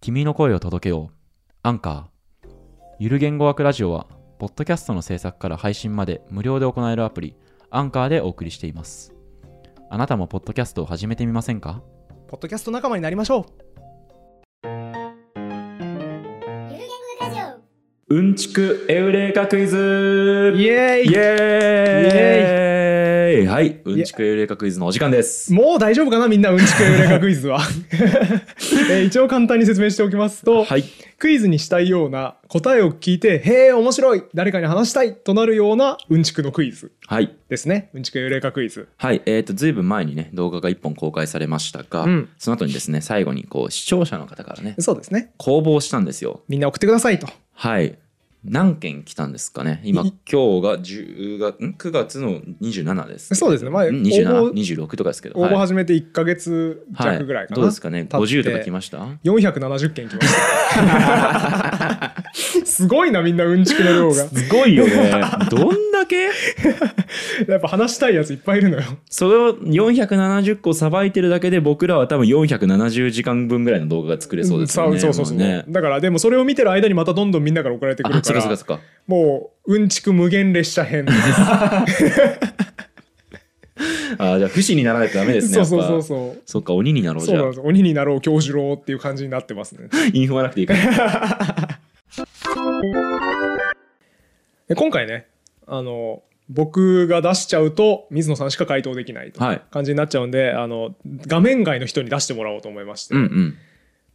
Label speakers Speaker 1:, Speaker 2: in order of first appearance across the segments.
Speaker 1: 君の声を届けよう。アンカー。ゆる言語学ラジオは、ポッドキャストの制作から配信まで無料で行えるアプリ、アンカーでお送りしています。あなたもポッドキャストを始めてみませんか
Speaker 2: ポッドキャスト仲間になりましょう
Speaker 3: ゆる言語ラジオ
Speaker 1: うんちくエウレカクイズ
Speaker 2: イエ
Speaker 1: イ
Speaker 2: ー
Speaker 1: エーイはい、うんちくエウレカクイズのお時間です。
Speaker 2: もう大丈夫かなみんなうんちくエウレカクイズは、 えー一応簡単に説明しておきますと、
Speaker 1: はい、
Speaker 2: クイズにしたいような答えを聞いて「へえ面白い誰かに話したい!」となるようなうんちくのクイズ
Speaker 1: はい、
Speaker 2: ですねうんちくエウレカクイズ
Speaker 1: はい、えっ、と、ずいぶん前にね、動画が1本公開されましたが、
Speaker 2: うん
Speaker 1: その後にですね、最後にこう視聴者の方からね、
Speaker 2: そうですね
Speaker 1: 公募をしたんですよ。
Speaker 2: みんな送ってくださいと
Speaker 1: はい。何件来たんですかね今、
Speaker 2: い
Speaker 1: 今日が10月、ん ?9 月の27です。
Speaker 2: そうですねまあ
Speaker 1: ん27、
Speaker 2: 応募
Speaker 1: 26とかですけど。
Speaker 2: 応募
Speaker 1: はい
Speaker 2: 始めて1か月
Speaker 1: はい
Speaker 2: 弱ぐらいかな、
Speaker 1: どうですかね
Speaker 2: 経って
Speaker 1: ?50 とか来ました
Speaker 2: 470件来ました すごいなみんなうんちくの量が
Speaker 1: すごいよね。 どんだけ
Speaker 2: やっぱ話したいやついっぱいいるのよ
Speaker 1: それを470個さばいてるだけで僕らは多分470時間分ぐらいの動画が作れそうですよね。
Speaker 2: そうそうそうそ
Speaker 1: も
Speaker 2: う、
Speaker 1: ね。
Speaker 2: だからでもそれを見てる間にまたどんどんみんなから送られてくる
Speaker 1: あ、
Speaker 2: か
Speaker 1: そっ
Speaker 2: ら
Speaker 1: かそっかそっか。
Speaker 2: もううんちく無限列 車編
Speaker 1: あ、じゃあ不死にならないとダメですね。
Speaker 2: そうそうそう
Speaker 1: う。
Speaker 2: そう
Speaker 1: そっか、鬼になろう
Speaker 2: そ
Speaker 1: じ
Speaker 2: う
Speaker 1: ゃ
Speaker 2: なん
Speaker 1: あ
Speaker 2: で。す鬼になろう京次郎っていう感じになってますね
Speaker 1: インフマなくていいから。
Speaker 2: で今回ねあの僕が出しちゃうと水野さんしか回答できないと
Speaker 1: はい
Speaker 2: 感じになっちゃうんで、あの画面外の人に出してもらおうと思いまして、
Speaker 1: うんうん。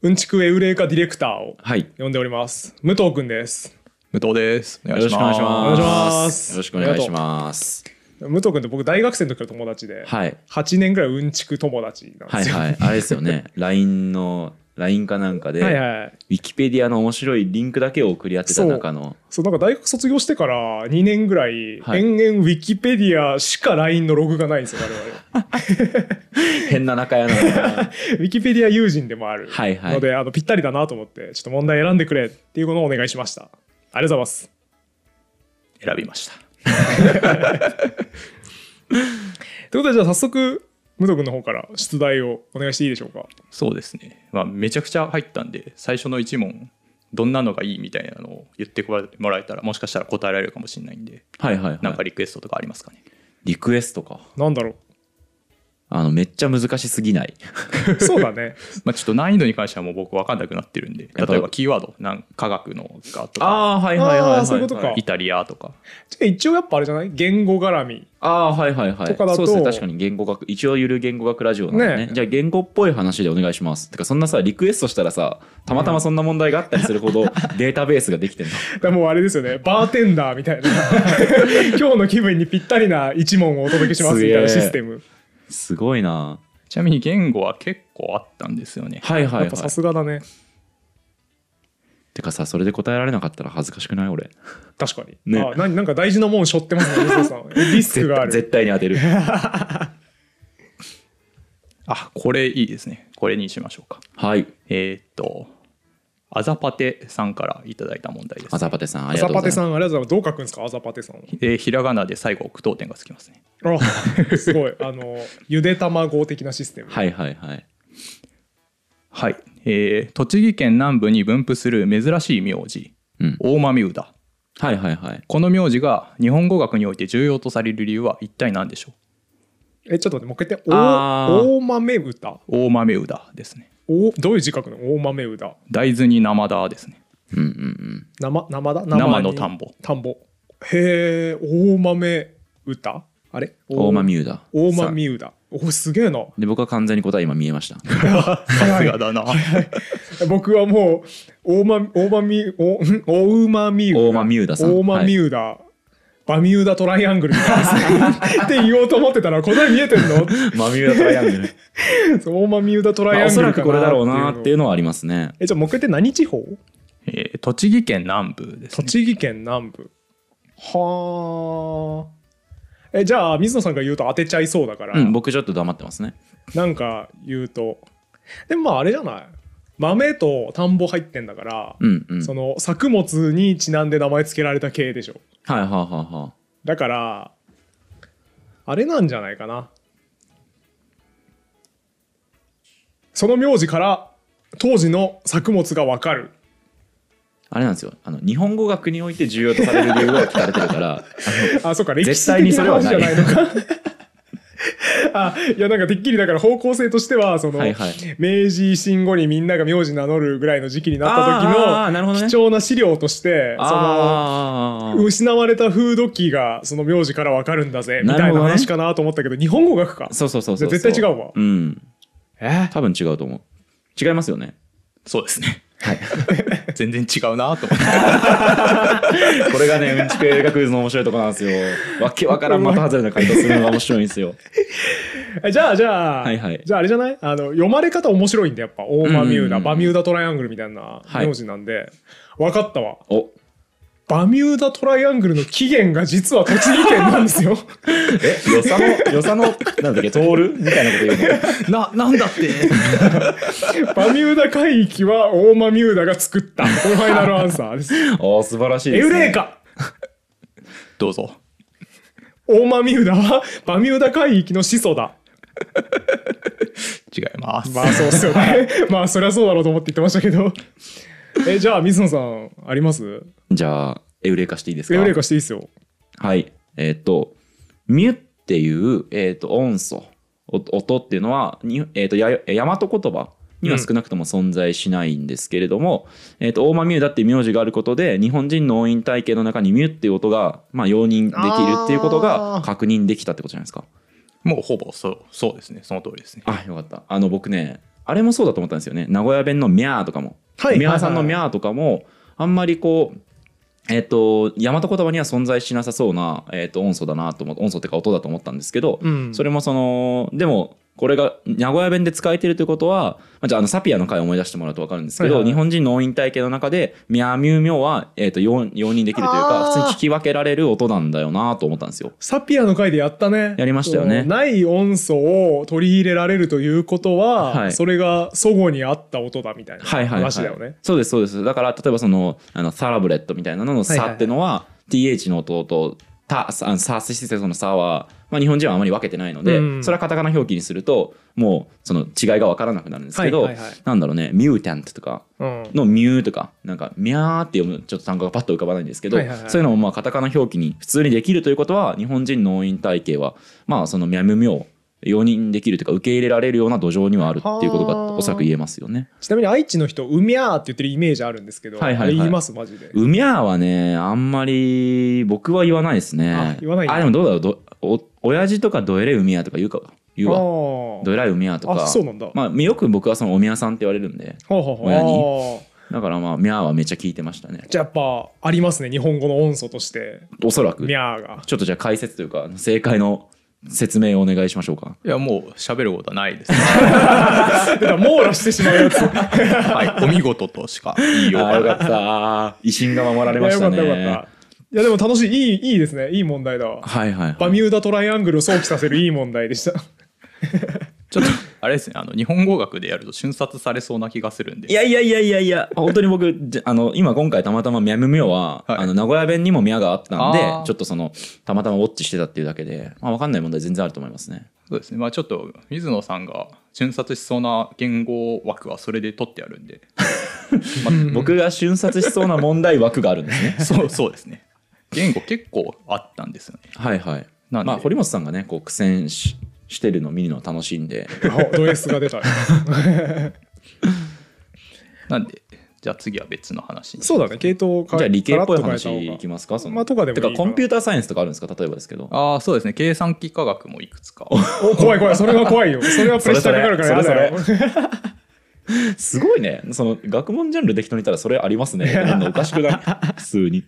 Speaker 2: うんちくエウレカディレクターを
Speaker 1: はい。
Speaker 2: 呼んでおります武藤くんです
Speaker 4: 武藤です。お
Speaker 1: よろしくお願いし
Speaker 2: お願いし
Speaker 1: ま。
Speaker 2: ますす
Speaker 1: よろしくお願いします。
Speaker 2: 武藤くんって僕大学生の時の友達で、
Speaker 1: はい。
Speaker 2: 8年ぐらいうんちく友達なん
Speaker 1: は
Speaker 2: で
Speaker 1: い
Speaker 2: すよ、
Speaker 1: はい。あれですよね。LINE の、LINE かなんかで、
Speaker 2: はいはい
Speaker 1: ウィキペディアの面白いリンクだけを送り合ってた中の、
Speaker 2: そうなんか大学卒業してから2年ぐらい、
Speaker 1: はい
Speaker 2: 延々ウィキペディアしか LINE のログがないんですよ我々
Speaker 1: 変な 仲屋なのかな
Speaker 2: ウィキペディア友人でもあるので、
Speaker 1: はいはい
Speaker 2: あのぴったりだなと思ってちょっと問題選んでくれっていうものをお願いしましたありがとうございます
Speaker 4: 選びました。
Speaker 2: ということでじゃあ早速武藤君の方から出題をお願いしていいでしょうか
Speaker 4: そうですね。まあめちゃくちゃ入ったんで、最初の一問どんなのがいいみたいなのを言ってもらえたら、もしかしたら答えられるかもしれないんで、
Speaker 1: はいはい
Speaker 4: なん
Speaker 1: は
Speaker 4: か
Speaker 1: い。
Speaker 4: リクエストとかありますかね。
Speaker 1: リクエストか。
Speaker 2: なんだろ
Speaker 1: あの、めっちゃ難しすぎない。
Speaker 2: うそうだね
Speaker 4: まあちょっと難易度に関してはもう僕わかんなくなってるんで、
Speaker 1: やっぱ
Speaker 4: 例えばキーワード、なん科学のがとか、
Speaker 1: ああ、はい
Speaker 2: はいはいはいあーそういうことか
Speaker 4: イタリアとか、
Speaker 2: じゃあ一応やっぱあれじゃない言語絡み
Speaker 1: ああー、はいはいはい。
Speaker 2: とかだと
Speaker 1: そうですね。確かに言語学、一応ゆる言語学ラジオなんでね。
Speaker 2: ね
Speaker 1: じゃあ言語っぽい話でお願いします。てか、そんなさ、リクエストしたらさ、たまたまそんな問題があったりするほ どデータベースができてんの。
Speaker 2: だからもうあれですよねバーテンダーみた いな今日の気分にぴったりな一問をお届けしますみたいなシステム
Speaker 1: すごいな。
Speaker 4: ちなみに言語は結構あったんですよね。
Speaker 1: はいはい
Speaker 2: や
Speaker 1: は
Speaker 2: っ
Speaker 1: い
Speaker 2: ぱ。さすがだね
Speaker 1: てかさ、それで答えられなかったら恥ずかしくない俺。
Speaker 2: 確かに。
Speaker 1: ね
Speaker 2: あななんか大事なもん背負ってますね、水野さ ん。リスクがある。
Speaker 1: 絶対に当 てる。
Speaker 4: あ、これいいですね。これにしましょうか。
Speaker 1: はい。
Speaker 4: えーっと、アザパテさんからいただいた問題です
Speaker 1: ア。ザパテさん、あ
Speaker 2: ア
Speaker 1: りが
Speaker 2: ザ
Speaker 1: とうご
Speaker 2: パ
Speaker 1: ざ
Speaker 2: テ
Speaker 1: い
Speaker 2: さ
Speaker 1: ま
Speaker 2: ん、ありがとうございます。どう書くんですか、アザパテさん
Speaker 4: でひらがなで最後句読点がつきますね
Speaker 2: は。あ、すごい。あの、ゆで卵的なシステム。
Speaker 1: す。はいはいはい。
Speaker 4: はい、えー栃木県南部に分布する珍しい名字
Speaker 1: うん。
Speaker 4: 大間ミューダ
Speaker 1: はいはいはい。
Speaker 4: この名字が日本語学において重要とされる理由は一体何でしょ
Speaker 2: え、ちょっと待って、もう一回言って。
Speaker 1: あー
Speaker 2: お大豆豚。
Speaker 4: う大間ミューダですね
Speaker 2: おどういう字書くの大豆豚。
Speaker 4: 大豆に生田ですね
Speaker 1: うんうんうん。
Speaker 2: 生、生だ
Speaker 4: 生
Speaker 2: に
Speaker 4: の田んぼ
Speaker 2: 田んぼ。へえ、大豆豚あれ
Speaker 1: 大間ミューダ。
Speaker 2: 大豆ミウダ。おすげえな。
Speaker 1: で、僕は完全に答え今見えました。
Speaker 4: さすがだな
Speaker 2: 僕はもう、大豆、大豆ミウ、お ん大馬ミウダ。
Speaker 1: 大間ミューダさん。
Speaker 2: オーマミューダ、バミューダトライアングルみたい ですねって言おうと思ってたら答え見えてんの
Speaker 1: はいマミューダトライアングル。
Speaker 2: そうオーマミューダトライ
Speaker 1: まあ
Speaker 2: ア
Speaker 1: お
Speaker 2: ング
Speaker 1: そ
Speaker 2: ル
Speaker 1: ら
Speaker 2: か
Speaker 1: く
Speaker 2: な
Speaker 1: これだろうなっていうう
Speaker 2: の
Speaker 1: のはありますね。
Speaker 2: えじゃあもう一回言って何地方
Speaker 4: えー栃木県南部です、ね、
Speaker 2: 栃木県南部はあえじゃあ水野さんが言うと当てちゃいそうだから、
Speaker 1: うん、僕ちょっと黙ってますね。
Speaker 2: なんか言うとでもまああれじゃない豆と田んぼ入ってんだから、
Speaker 1: うんうん。
Speaker 2: そ
Speaker 1: はい
Speaker 2: の作物にちなんで名前付けられた系でしょ
Speaker 1: はいはいは
Speaker 2: だからあれなんじゃないかなその名字から当時の作物がわかる
Speaker 1: あれなんですよあの日本語学において重要とされる理由が聞かれてるから
Speaker 2: あそうか歴
Speaker 1: 絶
Speaker 2: 史
Speaker 1: 対に
Speaker 2: 的
Speaker 1: そ
Speaker 2: な
Speaker 1: れは
Speaker 2: 話
Speaker 1: な
Speaker 2: じ
Speaker 1: い
Speaker 2: ゃないのか あいやなんかてっきりだから方向性としてはその、
Speaker 1: はいはい
Speaker 2: 明治維新後にみんなが名字名乗るぐらいの時期になった
Speaker 1: あ
Speaker 2: 時
Speaker 1: ーあーあーなるほど
Speaker 2: の
Speaker 1: ね
Speaker 2: 貴重な資料として その
Speaker 1: あー
Speaker 2: 失われたフードキーがその名字からわかるんだぜみ
Speaker 1: なる
Speaker 2: た
Speaker 1: ほ
Speaker 2: い
Speaker 1: どね
Speaker 2: な話かなと思ったけど日本語学か
Speaker 1: そうそうそうそう
Speaker 2: 絶対違うわ
Speaker 1: うん
Speaker 2: え
Speaker 1: 多分違うと思う違いますよね
Speaker 4: そうですね
Speaker 1: はい
Speaker 4: 全然違うなと思って
Speaker 1: これがねうんちく映画クイズの面白いとこなんですよわけわからん的外れな回答するのが面白いんですよ
Speaker 2: えじゃあじゃあ、
Speaker 1: はいはい
Speaker 2: じゃああれじゃないあの読まれ方面白いんでやっぱオーバミュ
Speaker 1: う
Speaker 2: ーダ、
Speaker 1: んうんうん
Speaker 2: バミューダトライアングルみたいな
Speaker 1: はい
Speaker 2: 名字なんで、わかったわ
Speaker 1: お
Speaker 2: バミューダトライアングルの起源が実は栃木県なんで すよ
Speaker 1: えよさの よさのなんだっけ通るみたいなこと言うの
Speaker 4: ななんだって
Speaker 2: バミューダ海域はオーマミューダが作ったこれファイナルアンサーです
Speaker 1: おー素晴らしい
Speaker 2: エ
Speaker 1: です、
Speaker 2: ウ
Speaker 1: ね、
Speaker 2: レーカ
Speaker 4: どうぞ
Speaker 2: オーマミューダはバミューダ海域の始祖だ
Speaker 4: 違います、
Speaker 2: まあそうっす よねまあそりゃそうだろうと思って言ってましたけどえじゃあ水野さんあります
Speaker 1: じゃあエウレカしていいです
Speaker 2: エ
Speaker 1: か
Speaker 2: ウレーカしていいっすよ
Speaker 1: はい。えーっ、と、ミュっていう、えーっ、と、音素、お音っていうのは、にえーっ、と、や大和言葉には少なくとも存在しないんですけれども、えーっ、と、大間ミュだっていう名字があることで、日本人の音韻体系の中にミュっていう音が、まあ、容認できるっていうことが
Speaker 2: あー
Speaker 1: 確認できたってことじゃないですか。
Speaker 4: もうほぼそうそうですねその通りですね
Speaker 1: あ、よかった。あの、僕ね、あれもそうだと思ったんですよね。名古屋弁のミャーとかも。
Speaker 2: はい
Speaker 1: ミャーさんの
Speaker 2: はい
Speaker 1: ミ
Speaker 2: はい
Speaker 1: ャーとかも、あんまりこう、えっ、と、大和言葉には存在しなさそうな、えっ、と、音素だなと思って、音素ってか音だと思ったんですけど、
Speaker 2: うん
Speaker 1: それもその、でも、これが名古屋弁で使えてるということは、まあ、じゃああのサピアの回を思い出してもらうと分かるんですけど、
Speaker 2: はいはい
Speaker 1: 日本人の音韻体系の中で「ミャーミューミョーは」えっと容容認できるというか
Speaker 2: あー
Speaker 1: 普通に聞き分けられる音なんだよなと思ったんですよ。
Speaker 2: サピアの回でやったね。
Speaker 1: やりましたよね
Speaker 2: そのない音素を取り入れられるということは、
Speaker 1: はい
Speaker 2: それがそごにあった音だみたいな
Speaker 1: はいはい、はい、
Speaker 2: 話だよね。
Speaker 1: そうですそうですだから例えばそのあのサラブレットみたいなのの「
Speaker 2: はいはい
Speaker 1: サ」
Speaker 2: はい
Speaker 1: ってのは TH の音と「た」さあの「サ」システムの「サ」は、まあ、日本人はあまり分けてないので、
Speaker 2: うん
Speaker 1: それはカタカナ表記にするともうその違いが分からなくなるんですけど、
Speaker 2: はいはいはい
Speaker 1: なんだろうね「ミュータント」とか
Speaker 2: うん。
Speaker 1: の「ミュー」とかなんか「ミャー」って読むちょっと単語がパッと浮かばないんですけど、
Speaker 2: はいはいはい
Speaker 1: そういうのもまあカタカナ表記に普通にできるということは日本人の音韻体系はまあその「ミャムミョー」容認できるというか受け入れられるような土壌にはあるっていうことがおそらく言えますよね。
Speaker 2: ちなみに愛知の人、うみゃーって言ってるイメージあるんですけど、
Speaker 1: はいはいはい
Speaker 2: あれ言いますマジで。
Speaker 1: うみゃーはね、あんまり僕は言わないですね
Speaker 2: あ。言わないんだ
Speaker 1: あ、でもどうだろうど。お親父とかどえれうみやとか言うか言うわ。ど
Speaker 2: あ
Speaker 1: えらいうみやと
Speaker 2: あ。
Speaker 1: か。
Speaker 2: あ、そうなんだ。
Speaker 1: まあ、よく僕はそのおみやさんって言われるんで、
Speaker 2: ほうほうほう
Speaker 1: 親に
Speaker 2: あー
Speaker 1: だからまあ、みゃーはめっちゃ聞いてましたね。
Speaker 2: じゃあやっぱありますね、日本語の音素として。
Speaker 1: おそらく。
Speaker 2: み
Speaker 1: ち
Speaker 2: ゃーが。
Speaker 1: ょっとじゃあ解説というか、正解の説明をお願いしましょうか。
Speaker 4: いやもう喋ることはないです、
Speaker 2: だから網羅してしまう やつ。
Speaker 4: はい、 お見事としか言いよう
Speaker 1: あー
Speaker 4: が
Speaker 1: よ
Speaker 4: な
Speaker 1: か
Speaker 4: い
Speaker 1: っ た。威信が守られ
Speaker 2: いや
Speaker 1: ま
Speaker 2: よ
Speaker 1: した
Speaker 2: かった
Speaker 1: ね。
Speaker 2: よかった。いやでも楽しい、いい、いいですね。いい問題だわ。
Speaker 1: はいはい。
Speaker 2: バミューダトライアングルを想起させるいい問題 でした。
Speaker 4: ちょっとあれですねあの日本語学でやると瞬殺されそうな気がするんで
Speaker 1: いやいやいやいやいや、本当に僕、じゃあの、今今回たまたまミャムミョは、
Speaker 4: はい
Speaker 1: あの、名古屋弁にもミャがあったんで
Speaker 4: あー、
Speaker 1: ちょっとその、たまたまウォッチしてたっていうだけで、まあ、わかんない問題全然あると思いますね。
Speaker 4: そうですねまあちょっと水野さんが瞬殺しそうな言語枠はそれで取ってある んで、まあ。
Speaker 1: 僕が瞬殺しそうな問題枠があるんですね
Speaker 4: そうそうですね言語結構あったんですよね
Speaker 1: はいはい。
Speaker 4: なんで
Speaker 1: まあ、堀本さんがね、こう、苦戦ししてるのを見るのは楽しいんで、
Speaker 2: あド S が出た。
Speaker 4: なんでじゃあ次は別の話に
Speaker 2: そうだね、系統か
Speaker 1: じゃあ理系っぽい
Speaker 2: ガラッと変えた方
Speaker 1: 話
Speaker 2: が
Speaker 1: いきますか、その。
Speaker 2: まあとかでも
Speaker 1: て
Speaker 2: いいかな
Speaker 1: か、コンピューターサイエンスとかあるんですか例えばです けど。
Speaker 4: ああそうですね計算機科学もいくつか
Speaker 2: お怖い怖い、それが 怖いよ。それはプレッシャーかかるからやだよ。
Speaker 1: すごいね。その、学問ジャンルで適当に言ったらそれあり ますね。なんかおかしくない普通に。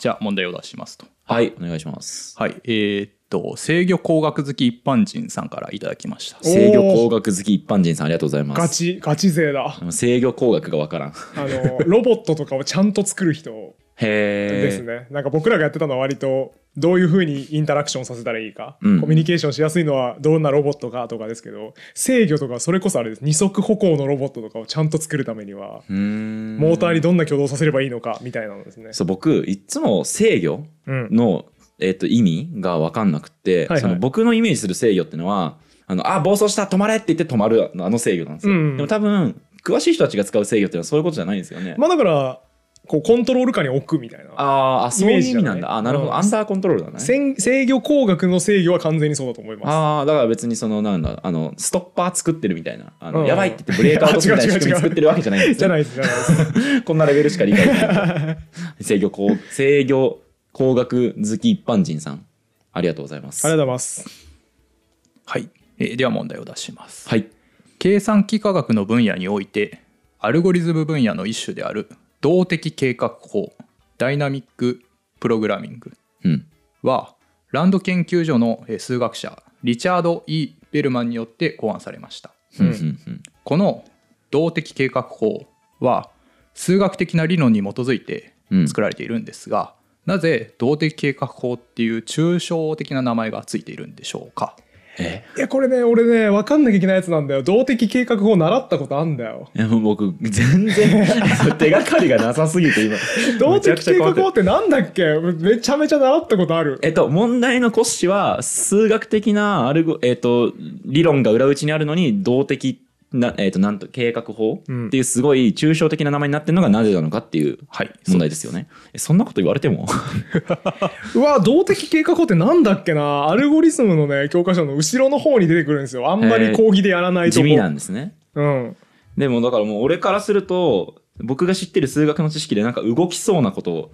Speaker 4: じゃあ問題を出しますと
Speaker 1: はい、お願いします。
Speaker 4: はいえーっと制御工学好き一般人さんからいただきました
Speaker 2: お
Speaker 1: 制御工学好き一般人さんありがとうございます。
Speaker 2: ガチ、ガチ勢だ。
Speaker 1: あの制御工学がわからん。
Speaker 2: あの、ロボットとかをちゃんと作る人で
Speaker 1: へえ。
Speaker 2: すね。なんか僕らがやってたのは割と、どういうふうにインタラクションさせたらいいか、
Speaker 1: うん
Speaker 2: コミュニケーションしやすいのはどんなロボットかとかですけど、制御とかそれこそあれです。二足歩行のロボットとかをちゃんと作るためには、
Speaker 1: うーん
Speaker 2: モーターにどんな挙動をさせればいいのかみたいなのですね。
Speaker 1: そう僕いっつも制御
Speaker 2: うん。
Speaker 1: の、えっと意味が分かんなくって、
Speaker 2: はいはい
Speaker 1: その僕のイメージする制御ってのはあの、あ、暴走した、止まれって言って止まる、あの制御なんですよ。
Speaker 2: うん
Speaker 1: でも多分、詳しい人たちが使う制御っていうのはそういうことじゃないんですよね。
Speaker 2: まあだからこうコントロール下に置くみたいな
Speaker 1: あーあ、そういう意味なん
Speaker 2: イメージじゃ
Speaker 1: だ。
Speaker 2: ない
Speaker 1: あ、なるほ
Speaker 2: う
Speaker 1: ど。
Speaker 2: ん
Speaker 1: アンダーコントロールだね。
Speaker 2: 制制御工学の制御は完全にそうだと思います
Speaker 1: ああ、だから別にその、なんだ、あの、ストッパー作ってるみたいな、あの、
Speaker 2: うん
Speaker 1: やばいって言ってブレーカー落とすみたいな仕組み
Speaker 2: あ違う違う違う
Speaker 1: 作ってるわけじゃないんです
Speaker 2: じゃ
Speaker 1: よ
Speaker 2: ないですじゃないです
Speaker 1: こんなレベルしか理解できない。制御工、制御工学好き一般人さん、ありがとうございます。
Speaker 2: ありがとうございます
Speaker 4: はい、えーでは問題を出します
Speaker 1: はい。
Speaker 4: 計算機科学の分野においてアルゴリズム分野の一種である動的計画法ダイナミックプログラミング
Speaker 1: うん。
Speaker 4: はランド研究所のえー数学者リチャード・ E ・ベルマンによって考案されました
Speaker 1: うんうんうん
Speaker 4: この動的計画法は数学的な理論に基づいて
Speaker 1: うん
Speaker 4: 作られているんですが、なぜ動的計画法っていう抽象的な名前がついているんでしょうか
Speaker 1: え
Speaker 2: いやこれね俺ね分かんなきゃいけないやつなんだよ動的計画法習ったことあんだよ
Speaker 1: いやもう僕、全然、 手がかりがなさすぎて今。
Speaker 2: 動
Speaker 1: めちゃ
Speaker 2: 的
Speaker 1: くちゃ
Speaker 2: 計
Speaker 1: 困
Speaker 2: 画
Speaker 1: って
Speaker 2: 法
Speaker 1: る
Speaker 2: ってなんだっけめちゃめちゃ習ったことある
Speaker 1: えっと、問題の骨子は、数学的なアルゴ、えっと、理論が裏打ちにあるのに、動的な、えっと、なんと、計画法
Speaker 2: うん
Speaker 1: っていうすごい抽象的な名前になってるのがなぜなのかっていう
Speaker 4: はい
Speaker 1: 問題ですよね。えそんなこと言われても
Speaker 2: うわ動的計画法ってなんだっけなアルゴリズムのね教科書の後ろの方に出てくるんですよあんまり講義でやらないと
Speaker 1: 地
Speaker 2: こ
Speaker 1: 味なんですね。
Speaker 2: うん
Speaker 1: でもだからもう俺からすると僕が知ってる数学の知識でなんか動きそうなことを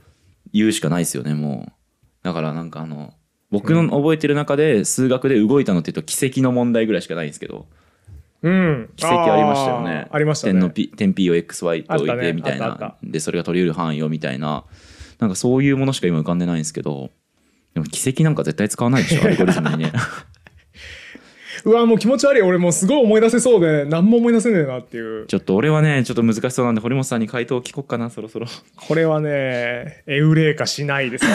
Speaker 1: 言うしかないですよねもうだからなんかあの僕の覚えてる中で数学で動いたのって言うと奇跡の問題ぐらいしかないんですけど
Speaker 2: うん
Speaker 1: 奇跡ありましたよね
Speaker 2: あーありましたね
Speaker 1: 点の P, 点 P を XY と置
Speaker 2: あ
Speaker 1: い
Speaker 2: った
Speaker 1: て
Speaker 2: ね
Speaker 1: みたい
Speaker 2: あ
Speaker 1: な
Speaker 2: ったあっ
Speaker 1: でそれが取り得る範囲をみたいななんかそういうものしか今浮かんでないんですけどでも奇跡なんか絶対使わないでしょアルゴリズムにね
Speaker 2: うわもう気持ち悪い俺もうすごい思い出せそうで何も思い出せねえなっていう
Speaker 1: ちょっと俺はねちょっと難しそうなんで堀本さんに回答を聞こうかなそろそろ
Speaker 2: これはねエウレカしないですね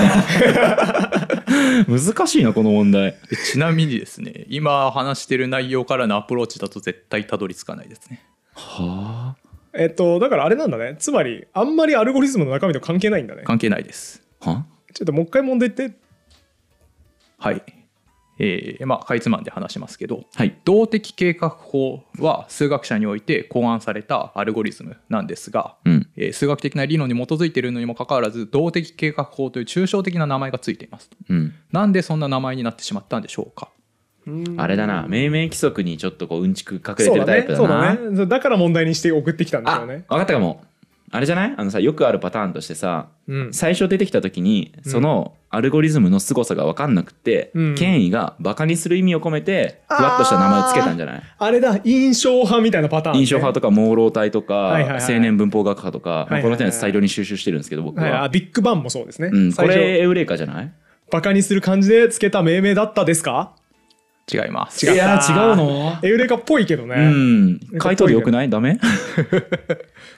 Speaker 1: 難しいなこの問題
Speaker 4: でちなみにですね今話してる内容からのアプローチだと絶対たどり着かないですね
Speaker 1: はあ
Speaker 2: えっとだからあれなんだねつまりあんまりアルゴリズムの中身と関係ないんだね
Speaker 4: 関係ないです
Speaker 1: は
Speaker 2: ちょっともう一回問題言って
Speaker 4: はいえーまあかいつまんで話しますけど
Speaker 1: はい
Speaker 4: 動的計画法は数学者において考案されたアルゴリズムなんですが、
Speaker 1: うん
Speaker 4: えー数学的な理論に基づいているのにもかかわらず動的計画法という抽象的な名前がついていますと
Speaker 1: うん
Speaker 4: なんでそんな名前になってしまったんでしょうか
Speaker 2: うん
Speaker 1: あれだな命名規則にちょっとこううんちく隠れて
Speaker 2: そう
Speaker 1: る
Speaker 2: だ
Speaker 1: タイプ
Speaker 2: ね
Speaker 1: だ
Speaker 2: そう
Speaker 1: な
Speaker 2: だねだから問題にして送ってきたんでし
Speaker 1: あ
Speaker 2: ょう
Speaker 1: 分
Speaker 2: ね
Speaker 1: かったかもあれじゃないあのさよくあるパターンとしてさ
Speaker 2: うん
Speaker 1: 最初出てきた時に
Speaker 2: うん
Speaker 1: そのアルゴリズムの凄さが分かんなくって、
Speaker 2: うん
Speaker 1: 権威がバカにする意味を込めてふわっとした名前をつけたんじゃない
Speaker 2: あれだ印象派みたいなパターンね、
Speaker 1: 印象派とか朦朧体とか、
Speaker 2: はいはいはい
Speaker 1: 青年文法学派とか、
Speaker 2: いはいはい
Speaker 1: まあこの点は大量に収集してるんですけど僕は、
Speaker 2: はい、あビッグバンもそうですね、
Speaker 1: うん、こ
Speaker 2: 最初
Speaker 1: れエウレカじゃない
Speaker 2: バカにする感じでつけた命名だったですか
Speaker 4: 違います
Speaker 2: 違った
Speaker 1: いやー違うの
Speaker 2: エウレカっぽいけどね、
Speaker 1: うん回答でよくないダメ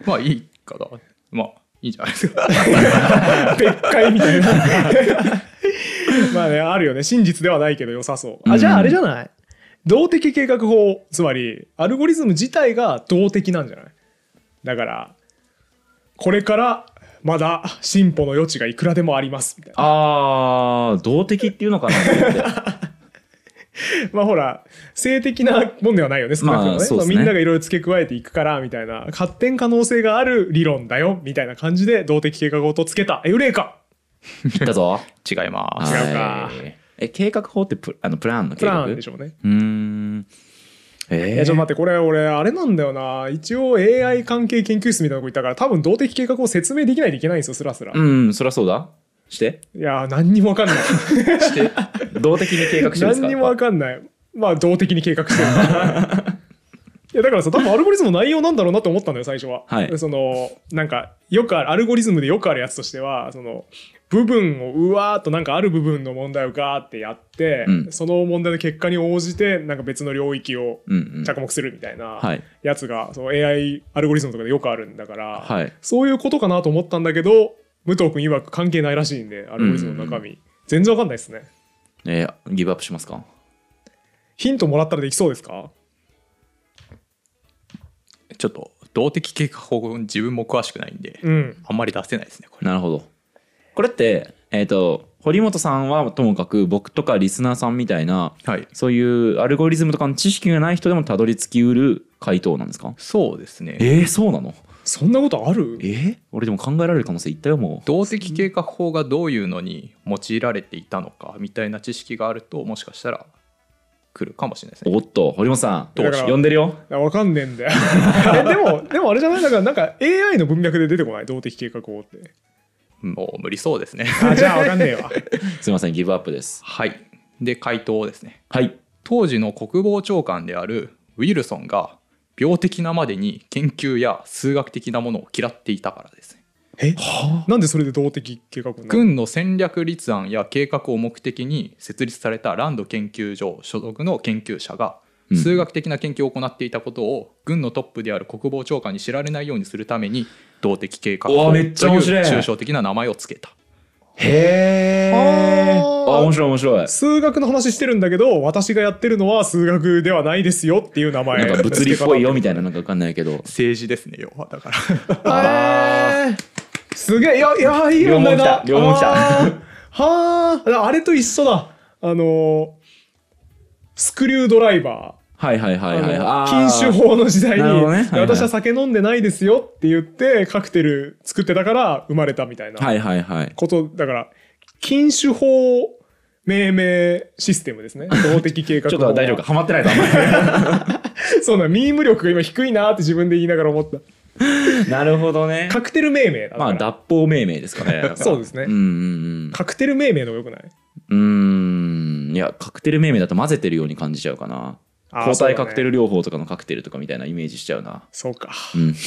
Speaker 4: まあいいかなまあいいんじゃないですか
Speaker 2: 別解みたいなまあねあるよね真実ではないけど良さそうあじゃああれじゃない、動的計画法つまりアルゴリズム自体が動的なんじゃないだからこれからまだ進歩の余地がいくらでもありますみたいな
Speaker 1: あー動的っていう のかなと思って
Speaker 2: まあほら性的なもんではないよね少なくとも
Speaker 1: ま
Speaker 2: ね,、
Speaker 1: あそうですね
Speaker 2: みんながいろいろ付け加えていくからみたいな発展可能性がある理論だよみたいな感じで動的計画法とつけたエウレカ
Speaker 1: いったぞ
Speaker 4: 違います
Speaker 2: 違うか
Speaker 1: はいえ計画法ってプあのプランの
Speaker 2: プ
Speaker 1: 計画
Speaker 2: ランでしょうね
Speaker 1: うーんえー、
Speaker 2: いやちょっと待ってこれ俺あれなんだよな一応 AI 関係研究室みたいなとこ行ったから多分動的計画を説明できないといけないんですよスラスラ、
Speaker 1: うんそりゃそうだして
Speaker 2: いやー何にも分か んない
Speaker 1: して 動的に計画してるんですか
Speaker 2: 何にも分かんないまあ動的に計画し てるいやだからさ多分アルゴリズムの内容なんだろうなと思ったんだよ最初は、
Speaker 1: はい
Speaker 2: そのなんかよくあるアルゴリズムでよくあるやつとしてはその部分をうわーっとなんかある部分の問題をガーってやって、
Speaker 1: うん
Speaker 2: その問題の結果に応じてなんか別の領域を
Speaker 1: うんうん
Speaker 2: 着目するみたいな、
Speaker 1: はい
Speaker 2: やつがその AI アルゴリズムとかでよくあるんだから、
Speaker 1: はい
Speaker 2: そういうことかなと思ったんだけど武藤君曰く関係ないらしいんでアルゴリズムの中身、全然わかんないですね
Speaker 1: えーギブアップしますか
Speaker 2: ヒントもらったらできそうですか
Speaker 4: ちょっと動的計画法自分も詳しくないんで、
Speaker 2: うん
Speaker 4: あんまり出せないですねこれ
Speaker 1: なるほどこれってえっ、と堀堀本さんはともかく僕とかリスナーさんみたいな
Speaker 4: はい
Speaker 1: そういうアルゴリズムとかの知識がない人でもたどり着きうる回答なんですか
Speaker 4: そうですね
Speaker 1: えー、そうなの
Speaker 2: そんなことある
Speaker 1: えー、俺でも考えられる可能性いったよもう
Speaker 4: 動的計画法がどういうのに用いられていたのかみたいな知識があるともしかしたら来るかもしれないですね
Speaker 1: おっと堀本さん
Speaker 2: だから
Speaker 1: 呼んでるよ
Speaker 2: わかんねえ んだよえでもでもあれじゃないだからなんか AI の文脈で出てこない動的計画 法って
Speaker 4: もう無理そうです ね
Speaker 2: あじゃあわかんねえわ
Speaker 1: すいませんギブアップです
Speaker 4: はいで回答ですね
Speaker 1: はい
Speaker 4: 当時の国防長官であるウィルソンが病的なまでに研究や数学的なものを嫌っていたからですね
Speaker 2: え なんでそれで動的計画法なの
Speaker 4: 軍の戦略立案や計画を目的に設立されたランド研究所所属の研究者が
Speaker 1: うん
Speaker 4: 数学的な研究を行っていたことを軍のトップである国防長官に知られないようにするために動的計画
Speaker 1: うわ
Speaker 4: 法とい
Speaker 1: めっ
Speaker 4: う
Speaker 1: ちゃ面白い
Speaker 4: 抽象的な名前をつけた
Speaker 1: へ
Speaker 2: ー
Speaker 1: あ面白い面白い
Speaker 2: 数学の話してるんだけど私がやってるのは数学ではないですよっていう名前
Speaker 1: なんか物理っぽいよみたいななんかわかんないけど
Speaker 4: 政治ですね要は だから
Speaker 2: へーすげえいやいやいい問題だ
Speaker 1: 両問来た
Speaker 2: あーはああれと一緒だあのースクリュードライバー
Speaker 1: はいはいはいはい
Speaker 2: あ
Speaker 1: あ
Speaker 2: の
Speaker 1: ー
Speaker 2: 禁酒法の時代に、
Speaker 1: なるほどねはいはい
Speaker 2: 私は酒飲んでないですよって言ってカクテル作ってたから生まれたみたいな
Speaker 1: はいはいはい
Speaker 2: ことだから禁酒法命名システムで すね動的計画
Speaker 1: ちょ
Speaker 2: 法
Speaker 1: っと大丈夫かハマってないとあんま り
Speaker 2: そうなミーム力が今低いなって自分で言いながら思った
Speaker 1: なるほどね
Speaker 2: カクテル命名だから、
Speaker 1: まあ脱法命名ですかね
Speaker 2: そうですね、
Speaker 1: うんうん
Speaker 2: カクテル命名の方がよくない
Speaker 1: うんうーんいやカクテル命名だと混ぜてるように感じちゃうかな
Speaker 2: あー
Speaker 1: 抗
Speaker 2: そうだ
Speaker 1: 体
Speaker 2: ね
Speaker 1: カクテル療法とかのカクテルとかみたいなイメージしちゃうな
Speaker 2: そうか。
Speaker 1: うん
Speaker 2: ちょ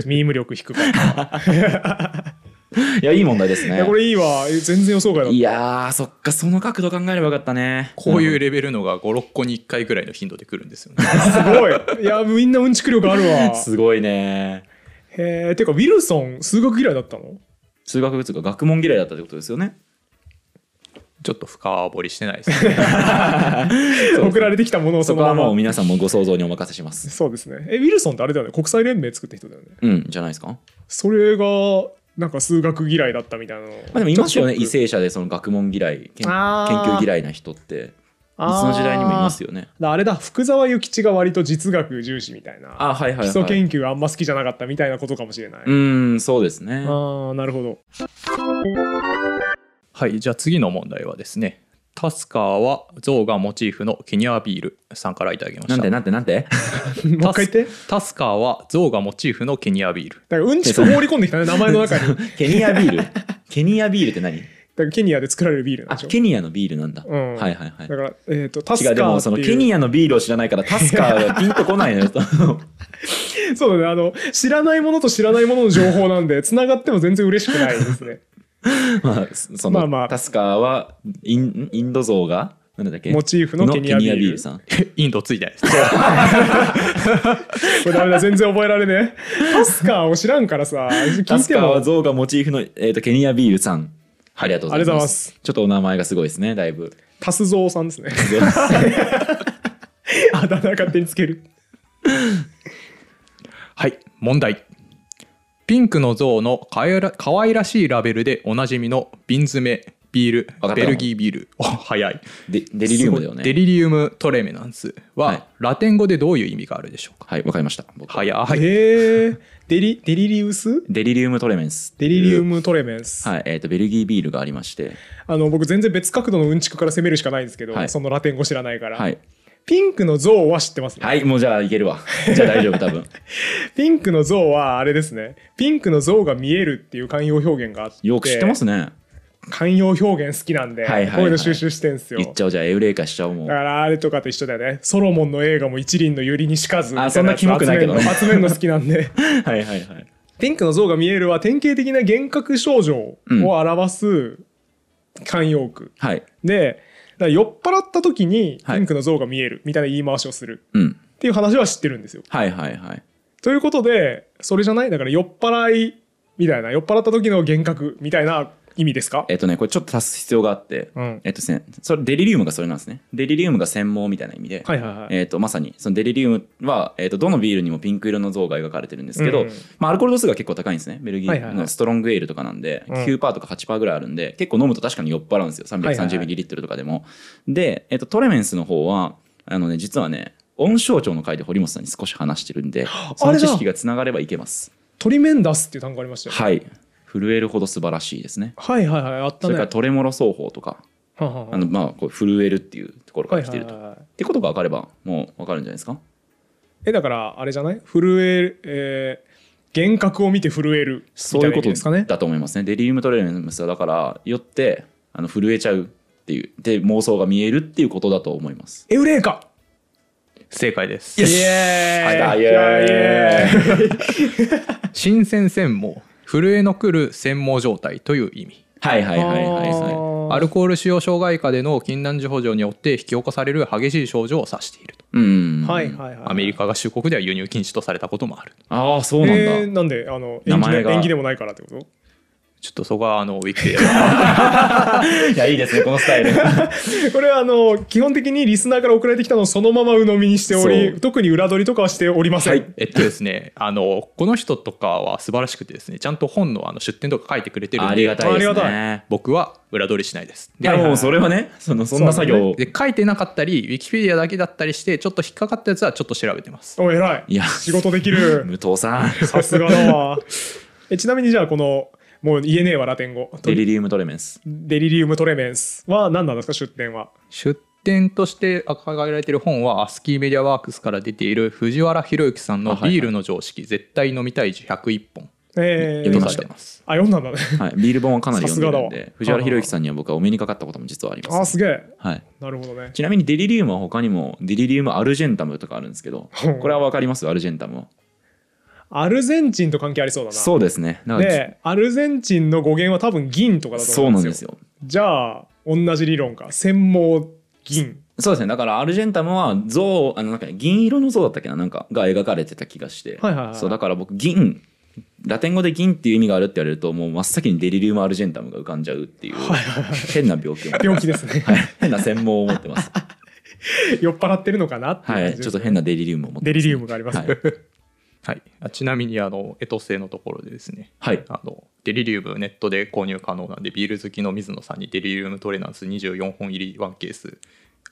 Speaker 2: っとミーム力低か った。
Speaker 1: いやいい問題です
Speaker 2: い
Speaker 1: ね
Speaker 2: や、これいいわ。全然予想外だっ
Speaker 1: い
Speaker 2: た。
Speaker 1: やーそっかその角度考えればよかったね
Speaker 4: こういううレベルのが56個に1回ぐらいの頻度で来るんですよ ね
Speaker 2: すごい。いや、みんなうんちく力あるわ
Speaker 1: ん。すごいね
Speaker 2: へえ、てか、ウィルソン、数学嫌いだったの
Speaker 1: 数学物が学問嫌いだったってことですよね
Speaker 4: ちょっと深掘りしてないです ね
Speaker 2: 送られてきたものをそ
Speaker 1: そ
Speaker 2: の
Speaker 1: こは
Speaker 2: まま。
Speaker 1: もう皆さんもご想像にお任せし ます
Speaker 2: そうですね。え、ウィルソンってあれだよね。国際連盟作った人だよね。
Speaker 1: うんじゃないですかま
Speaker 2: それが、なんか数学嫌いだったみたいなの。ま
Speaker 1: あでもいますよね
Speaker 2: 異
Speaker 1: 為
Speaker 2: 性。
Speaker 1: 政者でその学問嫌い研研
Speaker 2: あー
Speaker 1: 究嫌いな人っていつの時代にもいますよね
Speaker 2: よ。あれだ、福沢諭吉が割と実学重視みたいな。
Speaker 1: あはいはい
Speaker 2: 基
Speaker 1: はい
Speaker 2: 礎研究あんま好きじゃなかったみたいなことかもしれない。
Speaker 1: うーんそうですね
Speaker 2: ああ、なるほど。
Speaker 4: はいじゃあ次の問題はですねタスカーは象がモチーフのケニアビールさんからいただきました
Speaker 1: なんてなんてなんて
Speaker 2: もう一回言って。
Speaker 4: タスカーは象がモチーフのケニアビール
Speaker 2: だからうんちく放り込んできたね、名前の中に。だか
Speaker 1: ケニアビ ールケニアビールって何
Speaker 2: らケニアで作られるビールなん
Speaker 1: あ
Speaker 2: でしょ。
Speaker 1: ケニアのビールなんだ、
Speaker 2: うん
Speaker 1: はいはいはい
Speaker 2: だから、えっ、と、タス
Speaker 1: 違うで
Speaker 2: カ
Speaker 1: も
Speaker 2: ー
Speaker 1: そ
Speaker 2: っ
Speaker 1: の
Speaker 2: ていう。
Speaker 1: ケニアのビールを知らないからタスカーがピンとこない のよ
Speaker 2: そうだね、あの、知らないものと知らないものの情報なん で、繋がっても全然嬉しくないですね。
Speaker 1: まあその、
Speaker 2: まあまあ
Speaker 1: タスカーはインインド像がなんだっけ
Speaker 2: モチーフのケニアビール
Speaker 1: のさん
Speaker 4: インドついてないです
Speaker 2: これダメだ、全然覚えられね え。タスカーを知らんからさ、
Speaker 1: タ
Speaker 2: 聞い
Speaker 1: ス
Speaker 2: て
Speaker 1: カーは
Speaker 2: も。
Speaker 1: 象がモチーフの、えー、とケニアビールさんありがとうございます
Speaker 2: ありがとうございます
Speaker 1: ちょっとお名前がすごいですねだいぶ
Speaker 2: タスゾウさ んですね。 あだ名勝手につける。
Speaker 4: はい問題ピンクの象のかわいら可愛らしいラベルでおなじみの瓶詰めビー
Speaker 1: わか
Speaker 4: ル
Speaker 1: った
Speaker 4: ベ
Speaker 1: よ
Speaker 4: ルギービールお早い
Speaker 1: デデリリウムだよね
Speaker 4: デリリウムトレメナンスは、
Speaker 1: はい
Speaker 4: ラテン語でどういう意味があるでしょうか
Speaker 1: はいわかりました僕
Speaker 4: 早い
Speaker 2: へえ。デリ、デリリウス
Speaker 1: デリリウムトレメンス
Speaker 2: デリリウムトレメンス。
Speaker 1: はいえー、とベルギービールがありまして
Speaker 2: あの、僕全然別角度のうんちくから攻めるしかないんですけど、
Speaker 1: はい
Speaker 2: そのラテン語知らないから。
Speaker 1: はい
Speaker 2: ピンクのゾウは知ってますね。
Speaker 1: はいもうじゃあいけるわじゃあ大丈夫 多分
Speaker 2: ピンクの像はあれですね。ピンクの像が見えるっていう慣用表現があって。
Speaker 1: よく知ってます
Speaker 2: ね。
Speaker 1: ね
Speaker 2: 慣用表現好きなんで、
Speaker 1: はいはいはい
Speaker 2: こういうの収集してんすよ。
Speaker 1: 言っちゃおうじゃあエウレカしちゃおうも
Speaker 2: だ
Speaker 1: う
Speaker 2: からあれとかと一緒だよね。ソロモンの映画も一輪の百合にしかずみたいや
Speaker 1: あ
Speaker 2: つ。
Speaker 1: そんなキモくないけどね
Speaker 2: 集めるの集めるの好きなんで。
Speaker 1: はいはいはい
Speaker 2: ピンクの像が見えるは典型的な幻覚症状を表す慣用句。
Speaker 1: はい
Speaker 2: で、だから酔っ払った時に
Speaker 1: はい
Speaker 2: ピンクの像が見えるみたいな言い回しをする
Speaker 1: うん
Speaker 2: っていう話は知ってるんですよ。
Speaker 1: はいはいはい
Speaker 2: ということでそれじゃないだから酔っ払いみたいな酔っ払った時の幻覚みたいな意味ですか
Speaker 1: えっとね、これちょっと足す必要があって、
Speaker 2: うん。
Speaker 1: えっとですね、それデリリウムがそれなんですね。デリリウムが専門みたいな意味で、
Speaker 2: はいはいはい。
Speaker 1: えっとまさにそのデリリウムは、えっとどのビールにもピンク色の像が描かれてるんですけど、
Speaker 2: うんうん
Speaker 1: まあ、アルコール度数が結構高いんですねベルギ
Speaker 2: はいは
Speaker 1: ー
Speaker 2: いはい
Speaker 1: のストロングエールとかなんで、
Speaker 2: うん
Speaker 1: 9%とか8%ぐらいあるんで結構飲むと確かに酔っ払うんですよ
Speaker 2: はいはい
Speaker 1: 330ml とかでも、で、えっとトレメンスの方はあのね実はね温床長の回で堀本さんに少し話してるんでそ
Speaker 2: あ
Speaker 1: の
Speaker 2: れ
Speaker 1: 知
Speaker 2: だ
Speaker 1: 識がつながればいけます
Speaker 2: トリメンダスっていう単語ありましたよね。
Speaker 1: はい震えるほど素晴らしいですね
Speaker 2: はいはいはい。あった
Speaker 1: それ
Speaker 2: ね。
Speaker 1: からトレモロ奏法とか、
Speaker 2: ははは
Speaker 1: あのまあこう震えるっていうところか
Speaker 2: は
Speaker 1: ら来
Speaker 2: いは
Speaker 1: て
Speaker 2: い
Speaker 1: ると、
Speaker 2: はいはい。
Speaker 1: ってことが分かればもう分かるんじゃないですか
Speaker 2: えだからあれじゃない震える、えー幻覚を見て震える
Speaker 1: そ
Speaker 2: み
Speaker 1: う
Speaker 2: た
Speaker 1: い
Speaker 2: いうな意
Speaker 1: こ
Speaker 2: 味
Speaker 1: と
Speaker 2: ですかね
Speaker 1: だと思いますね。デリウムトレームスはだから、よって、あの震えちゃうっていう、で、妄想が見えるっていうことだと思います。
Speaker 2: エウレーカ
Speaker 4: 正解です
Speaker 2: イエーイ
Speaker 1: はい
Speaker 2: イエーイ
Speaker 4: 新鮮専門震えのくる専門状態という意味
Speaker 1: はいはいはいはい
Speaker 2: あ
Speaker 1: は
Speaker 2: ー
Speaker 4: アルコール使用障害下での禁断症状によって引き起こされる激しい症状を指していると
Speaker 1: い。うん。
Speaker 2: はいはいはい
Speaker 4: アメリカが出国では輸入禁止とされたこともある
Speaker 1: ああ、そうなんだ。
Speaker 2: えーなんであの
Speaker 1: 名
Speaker 2: 演
Speaker 1: 前
Speaker 2: 技
Speaker 1: が
Speaker 2: で演技でもないからってこと
Speaker 4: ちょっとそこはあのウィキペ ディア
Speaker 1: いや、いいですね、このスタイ ル。
Speaker 2: これはあの基本的にリスナーから送られてきたのをそのまま鵜呑みにしてお
Speaker 1: そう
Speaker 2: り特に裏取りとかはしておりません、
Speaker 4: えっとですねあのこの人とかは素晴らしくてですねちゃんと本のあの出典とか書いてくれてるんで
Speaker 1: ありがたいです
Speaker 2: ありがた
Speaker 1: ね。
Speaker 4: 僕は裏取りしないです
Speaker 1: いや、もうそれはね、そのそんな作業を。
Speaker 4: で書いてなかったりウィキペディアだけだったりしてちょっと引っかかったやつはちょっと調べてます
Speaker 2: お偉い
Speaker 1: いや
Speaker 2: 仕事で きる
Speaker 1: 武藤さん、
Speaker 2: さすがだわえちなみにじゃあこのもう言えねえわラテン語
Speaker 1: デリリウムトレメンス。
Speaker 2: デリリウムトレメンスは何なんですか出典は
Speaker 4: 出典として掲げられている本はアスキーメディアワークスから出ている藤原博之さんの
Speaker 1: あはいはい
Speaker 4: ビールの常識、絶対飲みたい時101本
Speaker 2: え
Speaker 1: 読み
Speaker 4: とさ
Speaker 1: ま
Speaker 4: れ
Speaker 1: した
Speaker 4: てます
Speaker 2: あ読んだ んだね
Speaker 1: はい、ビール本はかなり読んでるん
Speaker 2: さすが
Speaker 1: で
Speaker 2: だわ、
Speaker 1: 藤原宏之さんには僕はお目にかかったことも実はあり
Speaker 2: あ
Speaker 1: ま
Speaker 2: ー
Speaker 1: す。
Speaker 2: すげえ
Speaker 1: はい、
Speaker 2: なるほどね
Speaker 1: ちなみにデリリウムは他にもデリリウムアルジェンタムとかあるんですけど
Speaker 2: ほう
Speaker 1: これは分かりますアルジェンタムは
Speaker 2: アルゼンチンと関係ありそうだな
Speaker 1: そうですねなんか
Speaker 2: でアルゼンチンの語源は多分銀とかだと
Speaker 1: そ
Speaker 2: 思
Speaker 1: うな
Speaker 2: うんで
Speaker 1: ん
Speaker 2: すよ
Speaker 1: ですよ
Speaker 2: じゃあ同じ理論か専門銀
Speaker 1: そうですねだからアルジェンタムは像あのなんか銀色の像だったっけななんかが描かれてた気がして、
Speaker 2: はいはいはい
Speaker 1: そうだから僕銀ラテン語で銀っていう意味があるって言われるともう真っ先にデリリウムアルジェンタムが浮かんじゃうっていう変な病気を持って
Speaker 2: 病気ですね
Speaker 1: はい、変な専門を持ってます
Speaker 2: 酔っ払ってるのかなっていう
Speaker 1: は
Speaker 2: 感
Speaker 1: い
Speaker 2: じです
Speaker 1: ちょっと変なデリリウムを持って
Speaker 2: デ
Speaker 1: ます
Speaker 2: リリウムがありますね、
Speaker 1: はい、
Speaker 4: はい、あちなみにあのエトセのところでですね
Speaker 1: はい、
Speaker 4: あのデリリウムネットで購入可能なんでビール好きの水野さんにデリリウムトレナンス24本入りワンケース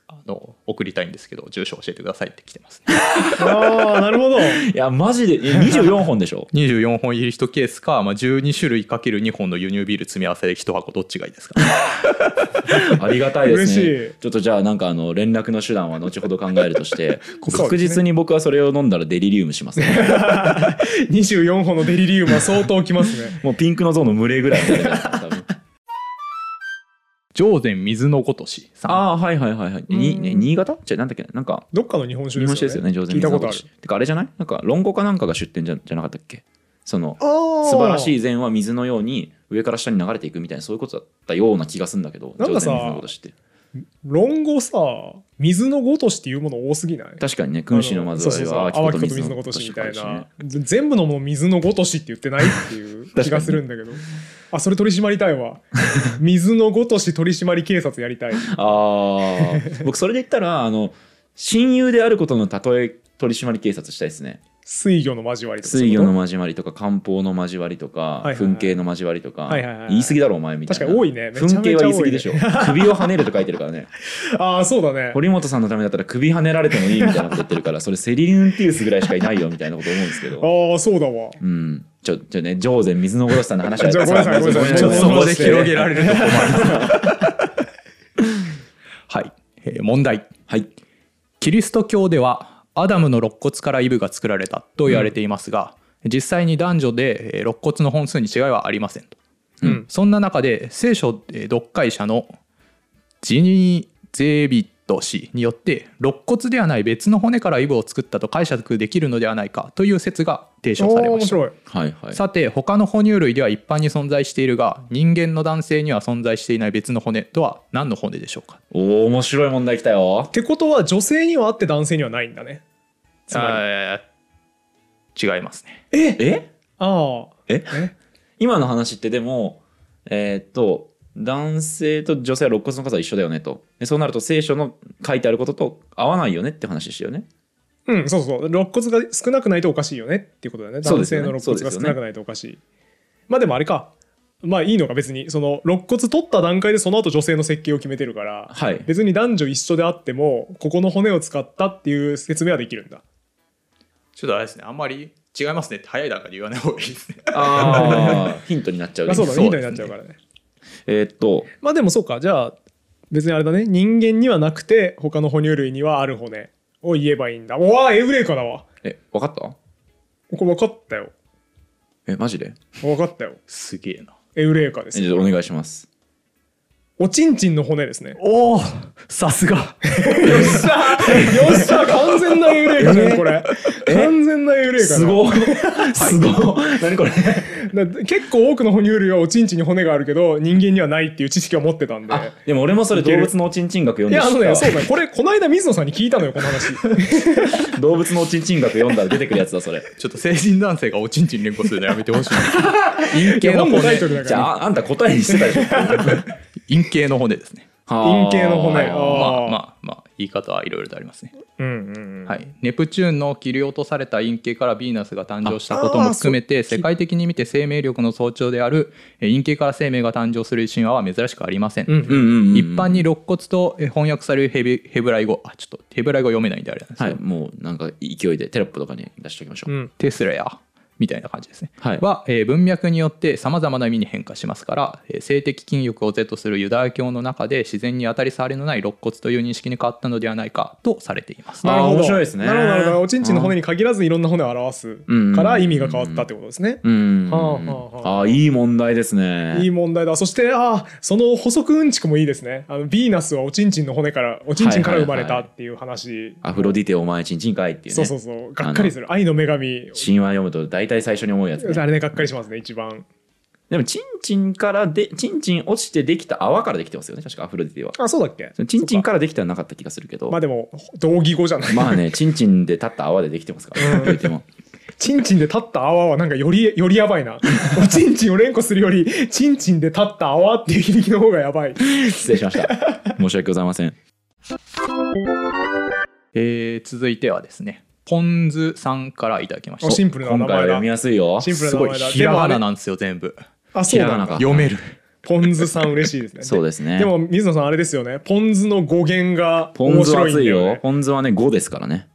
Speaker 4: あの送りたいんですけど住所教えてくださいって来てます、ね、
Speaker 2: ああなる ほど
Speaker 1: いやマジでえ24本でしょ
Speaker 4: 24本入り1ケースか、まあ、12種類かける2本の輸入ビール詰め合わせで1箱どっちがいいですか
Speaker 1: ありがたいです
Speaker 2: 嬉し
Speaker 1: ね
Speaker 2: い。
Speaker 1: ちょっとじゃあなんかあの連絡の手段は後ほど考えると して、
Speaker 2: ね
Speaker 1: 確実に僕はそれを飲んだらデリリウムします ね。
Speaker 2: 24本のデリリウムは相当きますね
Speaker 1: もうピンクの像の群れぐらいになるじゃないですか多分
Speaker 4: 上善水のごとしさん
Speaker 1: ああはいはいはいはい。にね新潟？じゃあなんだっけなんか
Speaker 2: どっかの日本酒
Speaker 1: 日
Speaker 2: ですよね
Speaker 1: 本酒ですよね上手
Speaker 2: 聞いたことある
Speaker 1: てかあれじゃない？なんか論語かなんかが出典じゃじゃなかったっけ？その
Speaker 2: あー
Speaker 1: 素晴らしい善は水のように上から下に流れていくみたいなそういうことだったような気がするんだけど。
Speaker 2: なんか
Speaker 1: 上手
Speaker 2: さ
Speaker 1: に水のこと知って
Speaker 2: 論語さ水のごとしっていうもの多すぎない
Speaker 1: 確かにね君子の
Speaker 2: そう
Speaker 1: 災い
Speaker 2: そうそう
Speaker 1: は
Speaker 2: 淡
Speaker 1: 秋
Speaker 2: き
Speaker 1: こと水のこ
Speaker 2: こと水のご
Speaker 1: と
Speaker 2: とし
Speaker 1: し
Speaker 2: み
Speaker 1: か
Speaker 2: た
Speaker 1: あ
Speaker 2: い
Speaker 1: るしね
Speaker 2: な。ぜ全部のもの水のごとしって言ってないっていう気がするんだ けどあそれ取り締まりたいわ水のごとし取り締まり警察やりたい
Speaker 1: ああ僕それで言ったらあの親友であることの例え取締り警察したいですね
Speaker 2: 水魚の交わりとか
Speaker 1: 水魚の
Speaker 2: 交わ
Speaker 1: 交わりとか漢方の交わりとか、
Speaker 2: いはいはい
Speaker 1: 噴景の交わりとか、
Speaker 2: はいはいはい
Speaker 1: 言い過ぎだろお前みたいな
Speaker 2: 確かに多いねめちゃめちゃ
Speaker 1: 噴景は言い過ぎでしょ首を跳ねると書いてるからね
Speaker 2: りああそうだね
Speaker 1: 堀本さんのためだったら首跳ねられてもいいみたいなこと言ってるからそれセリヌンティウスぐらいしかいないよみたいなこと思うんですけど
Speaker 2: ああそうだわ
Speaker 1: うんちょちょね上善水のごろしさんの話は
Speaker 2: じゃあごめんなさいごめんなさい
Speaker 1: ちょっと
Speaker 2: ちょっと
Speaker 1: そこで広げられ
Speaker 4: れると困るはい、えー問題
Speaker 1: はい
Speaker 4: キリスト教ではアダムの肋骨からイブが作られたと言われていますが、実際に男女でえー肋骨の本数に違いはありませんと、
Speaker 2: うん
Speaker 4: そんな中で聖書えー読解者のジニー・ゼービット氏によって肋骨ではない別の骨からイブを作ったと解釈できるのではないかという説が提唱
Speaker 2: お
Speaker 4: さ
Speaker 2: ー
Speaker 4: れま
Speaker 2: 面
Speaker 4: した
Speaker 2: 白い
Speaker 1: はいはい
Speaker 4: さて他の哺乳類では一般に存在しているが人間の男性には存在していない別の骨とは何の骨でしょうか
Speaker 1: おー面白い問題来たよ
Speaker 2: ってことは女性にはあって男性にはないんだねつま
Speaker 4: あー違いますね
Speaker 2: りえ
Speaker 1: え
Speaker 2: ああ
Speaker 1: え今の話ってでもえーっと、男性と女性は肋骨の数は一緒だよねと。でそうなると聖書の書いてあることと合わないよねって話でしたよね。
Speaker 2: うん、そうそうそう。肋骨が少なくないとおかしいよねっていうことだよね。
Speaker 1: そう
Speaker 2: 男
Speaker 1: です
Speaker 2: 性
Speaker 1: よね
Speaker 2: の肋骨が少なくないとおかしい。まあでもあれか。まあいいのか別に。その肋骨取った段階でその後女性の設計を決めてるから、
Speaker 1: はい
Speaker 2: 別に男女一緒であっても、ここの骨を使ったっていう説明はできるんだ。
Speaker 4: ちょっとあれですねあんまり違いますねって早い段階で言わない方がいいです ね
Speaker 1: ああ、ヒントになっちゃう
Speaker 2: ま
Speaker 1: ね
Speaker 2: あそうだね。
Speaker 4: そ
Speaker 2: ヒ
Speaker 4: う
Speaker 2: ント
Speaker 4: で
Speaker 2: に
Speaker 4: す
Speaker 2: な
Speaker 4: ね
Speaker 2: っちゃうからね。
Speaker 1: えーっと、
Speaker 2: まあでもそうか。じゃあ別にあれだね。人間にはなくて、他の哺乳類にはある骨を言えばいいんだ。うわあ、エウレカだわ。
Speaker 1: え、わかった
Speaker 2: これ分かったよ。
Speaker 1: え、マジで
Speaker 2: 分かったよ。
Speaker 4: すげえな
Speaker 2: エウレカで
Speaker 1: え
Speaker 2: す
Speaker 1: じゃ
Speaker 2: よ。
Speaker 1: あお願いします。
Speaker 2: おちんちんの骨ですね。
Speaker 4: おおさすが
Speaker 2: よっしゃよっしゃ完全なエウレカじゃん、これ。完全なエウレカだ
Speaker 1: すごいすごい何これ
Speaker 2: だ結構多くの哺乳類はおちんちんに骨があるけど、人間にはないっていう知識を持ってたんで。
Speaker 1: あでも俺もそれ動物のおちんちん学読ん
Speaker 2: い
Speaker 1: で
Speaker 2: や、あのね、そう
Speaker 1: 知っ
Speaker 2: だね。これ、この間水野さんに聞いたのよ、この話。
Speaker 1: た動物のおちんちん学読んだら出てくるやつだそれ
Speaker 4: ちょっと成人男性がおちんちん連呼するのやめてほしいな陰
Speaker 2: い
Speaker 4: 茎
Speaker 2: や
Speaker 4: の
Speaker 2: 本のタイ
Speaker 4: 骨
Speaker 2: トルだ
Speaker 1: じ
Speaker 2: か
Speaker 1: ゃ
Speaker 2: ら。
Speaker 1: あああんた答えにしてたでしょ
Speaker 4: 陰茎の骨ですね
Speaker 1: はあ
Speaker 2: 陰茎の骨あー
Speaker 4: まあまあまあ言い方はいろいろとありますね、
Speaker 2: うんうんうん。
Speaker 4: はい、ネプチューンの切り落とされた陰茎からヴィーナスが誕生したことも含めて世界的に見て生命力の象徴であるえー陰茎から生命が誕生する神話は珍しくありません、
Speaker 2: うん
Speaker 1: うんうんうんうん
Speaker 4: 一般に肋骨とえー翻訳されるヘビヘブライ語あちょっとヘブライ語読めないんであれなんですけ
Speaker 1: は
Speaker 4: ど、
Speaker 1: いもうなんか勢いでテロップとかに出しておきましょう、
Speaker 2: うん。
Speaker 4: テスラやみたいな感じですね、
Speaker 1: はい
Speaker 4: えー文脈によってさまざまな意味に変化しますから、えー性的禁欲を是とするユダヤ教の中で自然に当たり障りのない肋骨という認識に変わったのではないかとされています
Speaker 1: あー
Speaker 2: なるほど。
Speaker 1: 面白いですね
Speaker 2: なるほどなるほど。おちんちんの骨に限らずいろんな骨を表す
Speaker 1: うん
Speaker 2: から意味が変わったってことですね。
Speaker 1: うん、
Speaker 2: はあはあはあ
Speaker 1: あーいい問題ですね
Speaker 2: いい問題だ。そして、ああ、その補足うんちくもいいですね。あの、ヴィーナスはおちんちんの骨から、おちんちんから生まれたっていう話。
Speaker 1: アフロディテお前ちんちんかいっていうね
Speaker 2: そうそうそう。がっかりする。愛の女神。
Speaker 1: 神話読むと大体最初に思うやつ、
Speaker 2: あ
Speaker 1: ね、
Speaker 2: れね、がっかりしますね、一番。
Speaker 1: でもちんちんからでちんちん落ちてできた泡からできてますよね確かアフロディテは
Speaker 2: あ、そうだっけ
Speaker 1: ちんちん
Speaker 2: か。
Speaker 1: からできてはなかった気がするけど
Speaker 2: まあでも、同義語じゃない。
Speaker 1: まあね、ちんちんで立った泡でできてますから、言うても。
Speaker 2: ちんちんで立った泡はなんかより、よりや ばいな。おちんちんを連呼するより、ちんちんで立った泡っていう響きの方がやばい。
Speaker 1: 失礼しました。 申し訳ございません。
Speaker 4: えー続いてはですねポンズさんからいただきまし
Speaker 2: あシ
Speaker 4: た
Speaker 2: ンプルな名
Speaker 1: 今回は読
Speaker 2: 前
Speaker 1: み
Speaker 2: だ。
Speaker 1: やすいよ。
Speaker 2: シンプルな
Speaker 4: す
Speaker 2: 名
Speaker 4: ごい
Speaker 2: 前だ。
Speaker 4: ひ
Speaker 2: で
Speaker 4: らがな
Speaker 2: もあれ
Speaker 4: なんですよ全部
Speaker 2: あ、
Speaker 1: ひ
Speaker 2: そう
Speaker 1: らが
Speaker 2: な
Speaker 1: なん
Speaker 2: だ
Speaker 1: か。
Speaker 4: 読める
Speaker 2: ポンズさん嬉しいですね。
Speaker 1: そうですね。
Speaker 2: でも、水野さんあれですよね。ポンズの語源が
Speaker 1: ポン
Speaker 2: 面
Speaker 1: 酢は
Speaker 2: 白い
Speaker 1: 熱
Speaker 2: んだ
Speaker 1: い
Speaker 2: よ、
Speaker 1: よ
Speaker 2: ね。。
Speaker 1: ポン酢はね、5ですからね。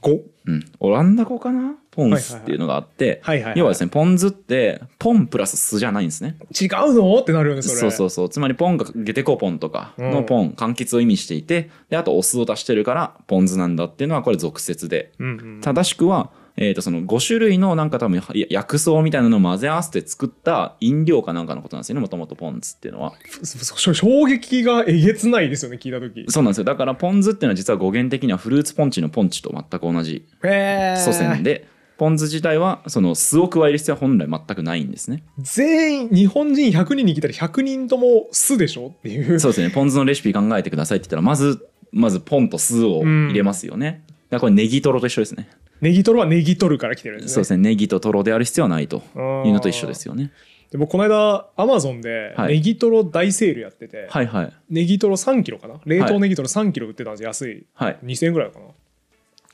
Speaker 2: 語
Speaker 1: うん。オランダ語かなポン酢っていうのがあって、
Speaker 2: はいはいはいはいはいはい
Speaker 1: 要はですね、ポン酢って、ポンプラス酢じゃないんですね。
Speaker 2: 違うのってなるよね、それ。
Speaker 1: そうそうそう。つまり、ポンがゲテコポンとかのポン、柑橘を意味していて、で、あとお酢を足してるから、ポン酢なんだっていうのは、これ俗説で。
Speaker 2: うんうん。
Speaker 1: 正しくは、えー、とその5種類のなんか多分や薬草みたいなのを混ぜ合わせて作った飲料かなんかのことなんですよねもともとポン酢っていうのは
Speaker 2: そそ衝撃がえげつないですよね、聞いたとき。
Speaker 1: そうなんですよだからポン酢っていうのは実は語源的にはフルーツポンチのポンチと全く同じ
Speaker 2: へー
Speaker 1: 祖先で、ポン酢自体はその酢を加える必要は本来全くないんですね
Speaker 2: 全員、日本人100人に聞いたら100人とも酢でしょっていう。
Speaker 1: そうですねポン酢のレシピ考えてくださいって言ったらまずまずポンと酢を入れますよね、だからこれネギトロと一緒ですね
Speaker 2: ネギトロはネギトルから来てるんですね。
Speaker 1: そうですねネギとトロである必要はないというのと一緒ですよね
Speaker 2: でもこの間、アマゾンで
Speaker 1: はい
Speaker 2: ネギトロ大セールやってて、
Speaker 1: はいはい
Speaker 2: ネギトロ3キロかな冷凍ネギトロ3キロ売ってたんですよ、安い。
Speaker 1: はい
Speaker 2: 2000円ぐらいかな。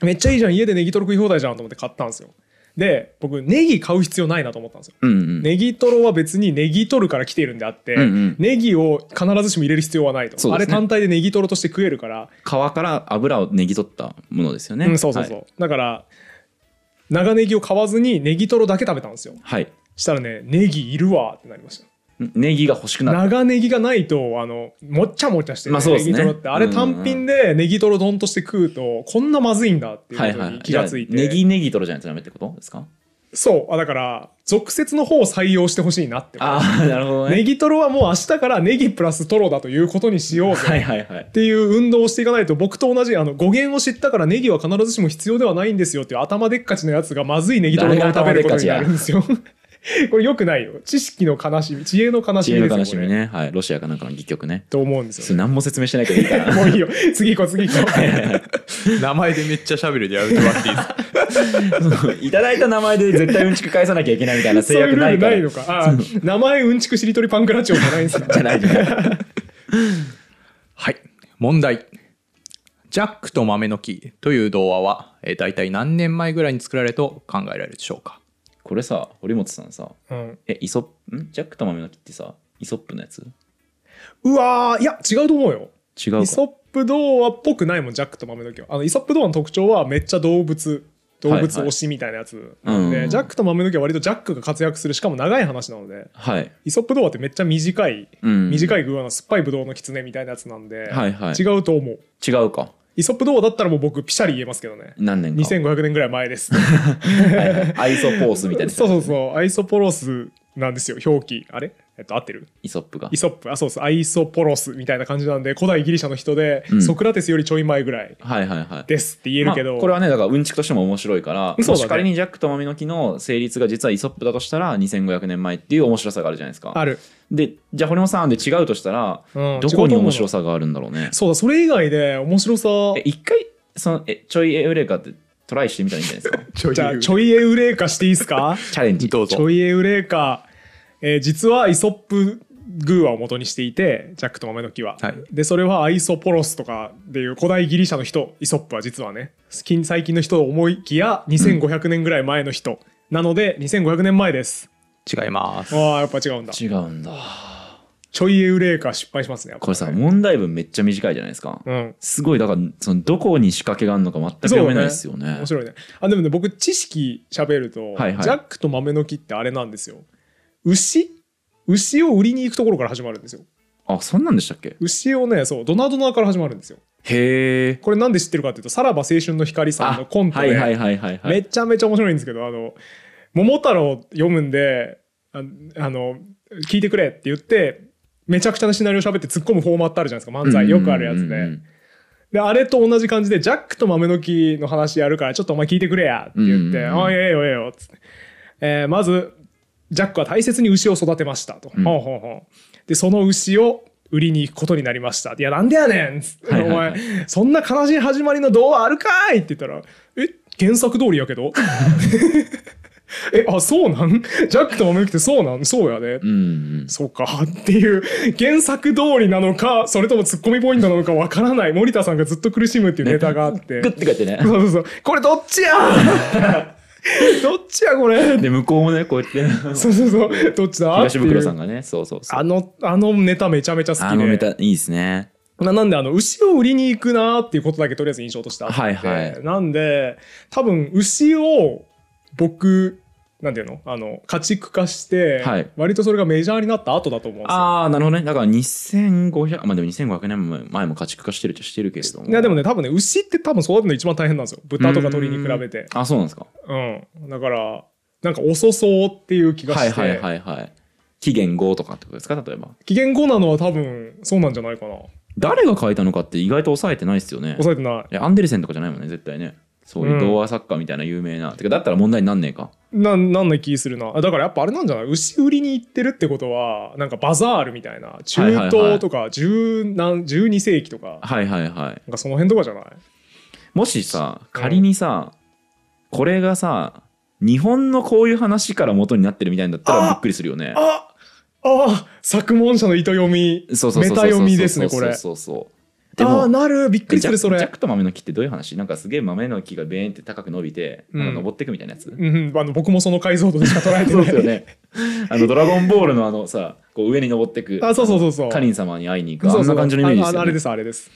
Speaker 2: めっちゃいいじゃん、家でネギトロ食い放題じゃんと思って買ったんですよ。で、僕、ネギ買う必要ないなと思ったんですよ。
Speaker 1: うんうん
Speaker 2: ネギトロは別にネギトルから来ているんであって、
Speaker 1: うんうん
Speaker 2: ネギを必ずしも入れる必要はないと、
Speaker 1: そう
Speaker 2: あ
Speaker 1: で
Speaker 2: れ
Speaker 1: すね
Speaker 2: 単体でネギトロとして食えるから、
Speaker 1: 皮から油をねぎ取ったものですよね、
Speaker 2: うん、そうそうそう、だから長ネギを買わずにネギトロだけ食べたんですよ
Speaker 1: はい、はい
Speaker 2: したらねネギいるわってなりました
Speaker 1: ネギが欲しくなる
Speaker 2: 長ネギがないとあのもっちゃもっちゃしてる、
Speaker 1: まあそうですね
Speaker 2: ネギトロってあれ単品でネギトロ丼として食うとこんなまずいんだってい
Speaker 1: は
Speaker 2: う
Speaker 1: い
Speaker 2: こと
Speaker 1: はい
Speaker 2: に気がついて、
Speaker 1: じゃあネギネギ取るじゃないとダメってことですか
Speaker 2: そうあだから俗説の方を採用してほしいなって思う
Speaker 1: ああなるほどね
Speaker 2: ネギトロはもう明日からネギプラストロだということにしようぜ
Speaker 1: はいはいはい
Speaker 2: っていう運動をしていかないと僕と同じあの語源を知ったからネギは必ずしも必要ではないんですよっていう頭でっかちのやつがまずいネギトロ丼を食べることになるんですよ。これ良くないよ。知識の悲しみ、知恵の悲
Speaker 1: 知
Speaker 2: しみ
Speaker 1: 恵
Speaker 2: です
Speaker 1: の
Speaker 2: よ
Speaker 1: 悲しみ
Speaker 2: これ
Speaker 1: ねはいロシアかなんかの戯曲ね
Speaker 2: と思うんです
Speaker 1: それ
Speaker 2: よ、
Speaker 1: 何も説明してないけどいいかな
Speaker 2: ね。もういいよ。次行こう、次行こう。
Speaker 4: 名前でめっちゃしゃべるでやめてもらっていいですか
Speaker 1: いただいた名前で絶対うんちく返さなきゃいけないみたいな
Speaker 2: そう
Speaker 1: 制
Speaker 2: いうル
Speaker 1: 約
Speaker 2: ー
Speaker 1: ない
Speaker 2: ル
Speaker 1: か
Speaker 2: な
Speaker 1: ら
Speaker 2: いのか。ああ名前うんちくしりとりパンクラチオじゃないんですね。
Speaker 1: じゃないじゃない
Speaker 4: はい問題ジャックと豆の木という童話は、えー、大体何年前ぐらいに作られると考えられるでしょうか
Speaker 1: これさ堀本さんさ
Speaker 2: うん
Speaker 1: えイソップんジャックと豆の木ってさイソップのやつ
Speaker 2: うわーいや違うと思うよ。
Speaker 1: 違う
Speaker 2: イ
Speaker 1: か
Speaker 2: ソップ童話っぽくないもんジャックと豆の木はあのイソップ童話の特徴はめっちゃ動物動物推しみたいなやつなんで、
Speaker 1: はいはいうん
Speaker 2: ジャックと豆の木は割とジャックが活躍するしかも長い話なので
Speaker 1: はい、
Speaker 2: イソップ童話ってめっちゃ短い
Speaker 1: うん、
Speaker 2: 短
Speaker 1: い
Speaker 2: い具合の酸っぱいブドウの狐みたいなやつなんで、
Speaker 1: はいはい
Speaker 2: 違うと思う
Speaker 1: 違うか
Speaker 2: イソップ童話だったらもう僕ピシャリ言えますけどね
Speaker 1: 何年か
Speaker 2: 2500年ぐらい前です
Speaker 1: はいはいアイソポースみたいな
Speaker 2: そうそうそうアイソポロスなんですよ表記あれえっと合ってる
Speaker 1: イソップが
Speaker 2: イソップあそうそうアイソポロスみたいな感じなんで古代ギリシャの人で、
Speaker 1: うん
Speaker 2: ソクラテスよりちょい前ぐらい
Speaker 1: はいはいはい
Speaker 2: ですって言えるけど、
Speaker 1: まあこれはねだからうんちくとしても面白いから、
Speaker 2: そうだね
Speaker 1: もし仮にジャックと豆の木の成立が実はイソップだとしたら2500年前っていう面白さがあるじゃないですか
Speaker 2: ある、
Speaker 1: でじゃあ堀本さんで違うとしたら、
Speaker 2: うん
Speaker 1: ど
Speaker 2: 違うと思
Speaker 1: こ
Speaker 2: う
Speaker 1: に
Speaker 2: の
Speaker 1: 面白さがあるんだろうね
Speaker 2: そうだそれ以外で面白さ
Speaker 1: え一回そのえちょいエウレカってトライしてみたらいいんじゃ ないですか
Speaker 4: ちょ
Speaker 2: じゃあちょいエウレーカしていいです か
Speaker 1: チャレンジ
Speaker 4: どう
Speaker 2: ち
Speaker 4: ぞ
Speaker 2: ょいエウレーカ、えー実はイソップ寓話を元にしていてジャックと豆の木は、
Speaker 4: はい
Speaker 2: でそれはアイソポロスとかでいう古代ギリシャの人イソップは実はね近最近の人を思いきや2500年ぐらい前の人、なので2500年前です
Speaker 4: 違います
Speaker 2: ああやっぱ違うんだ
Speaker 1: 違うんだ
Speaker 2: ちょいエウレーカ失敗しますねやっぱ
Speaker 1: これさ問題文めっちゃ短いじゃないですか、
Speaker 2: うん
Speaker 1: すごいだからそのどこに仕掛けがあるのか全く読めないですよね
Speaker 2: 面白いねあでもね僕知識喋ると、
Speaker 1: はいはい
Speaker 2: ジャックと豆の木ってあれなんですよ牛牛を売りに行くところから始まるんですよ
Speaker 1: あそんなんでしたっけ
Speaker 2: 牛をねそうドナドナから始まるんですよ
Speaker 1: へえ
Speaker 2: これなんで知ってるかっていうとさらば青春の光さんのコント
Speaker 1: はい
Speaker 2: で、
Speaker 1: はいはいはいは
Speaker 2: め
Speaker 1: い
Speaker 2: ちゃめちゃ面白いんですけどあの桃太郎読むんでああの聞いてくれって言ってめちゃくちゃなシナリオ喋って突っ込むフォーマットあるじゃないですか漫才よくあるや
Speaker 1: う
Speaker 2: つ
Speaker 1: んうんうんう
Speaker 2: で
Speaker 1: ん
Speaker 2: であれと同じ感じでジャックと豆の木の話やるからちょっとお前聞いてくれやって言って
Speaker 1: うんうん
Speaker 2: 「
Speaker 1: うん
Speaker 2: あええよええよ」っつって、えーまずジャックは大切に牛を育てましたと、
Speaker 1: ん
Speaker 2: ほうほうほうでその牛を売りに行くことになりましたいやなんでやねんっつって、
Speaker 1: はいはいはい
Speaker 2: お前そんな悲しい始まりの童話あるかいって言ったらえ原作通りやけど えあそうなんジャックと豆の木ってそうなんそうやね、
Speaker 1: うんうん
Speaker 2: そうかっていう原作通りなのかそれともツッコミポイントなのかわからない森田さんがずっと苦しむっていうネタがあって、
Speaker 1: グッて書い てね
Speaker 2: そうそうそうこれどっちや どっちやこれ
Speaker 1: で向こうもねこうやって
Speaker 2: そうそうそうどっちだ
Speaker 1: 東袋さん
Speaker 2: っていう
Speaker 1: がねそうそうそう
Speaker 2: あのあのネタめちゃめちゃ好きで
Speaker 1: あのネタいいですね
Speaker 2: ななんであの牛を売りに行くなーっていうことだけとりあえず印象としてあって、
Speaker 1: はいはい
Speaker 2: なんで多分牛を僕なんていうのあの家畜化して、
Speaker 1: はい
Speaker 2: 割とそれがメジャーになった後だと思うんですよ
Speaker 1: ああなるほどねだから2500まあでも2500年前も家畜化してるっちゃしてるけれども
Speaker 2: いやでもね多分ね牛って多分育てるの一番大変なんですよ豚とか鳥に比べて
Speaker 1: あそうなんですか
Speaker 2: うんだからなんか遅そうっていう気が
Speaker 1: はい
Speaker 2: して、
Speaker 1: はいはいはい期限5とかってことですか例えば
Speaker 2: 期限後なのは多分そうなんじゃないかな
Speaker 1: 誰が書いたのかって意外と抑えてないですよね
Speaker 2: 抑えてない
Speaker 1: えアンデルセンとかじゃないもんね絶対ねそういう童話作家みたいな有名な、てかだったら問題になんねえか
Speaker 2: なんなんの気するなだからやっぱあれなんじゃない牛売りに行ってるってことはなんかバザールみたいな中東とか十何12世紀とか
Speaker 1: はいはいはい
Speaker 2: なんかその辺とかじゃない
Speaker 1: もしさ仮にさ、これがさ日本のこういう話から元になってるみたいんだったら
Speaker 2: あ
Speaker 1: びっくりするよね
Speaker 2: ああ作文者の糸読み
Speaker 1: そうそうそうそう
Speaker 2: メタ読みですね
Speaker 1: そうそう
Speaker 2: これ
Speaker 1: そうそうそうで
Speaker 2: ああ
Speaker 1: も
Speaker 2: なるびっくりするそ
Speaker 1: ジャックジャ
Speaker 2: れ
Speaker 1: ックと豆の木ってどういう話なんかすげえ豆の木がベーンって高く伸びて、あの
Speaker 2: うん
Speaker 1: 登ってくみたいなやつ、
Speaker 2: うんあの僕もその解像度でしか捉えて
Speaker 1: そう
Speaker 2: ない
Speaker 1: ですよね あのドラゴンボールのあのさこう上に登ってく
Speaker 2: あそうそうそうそう
Speaker 1: カリン様に会いに行く
Speaker 2: そうそう
Speaker 1: あんな感じのイメージですよ、
Speaker 2: ああ
Speaker 1: ね、
Speaker 2: あれですあれです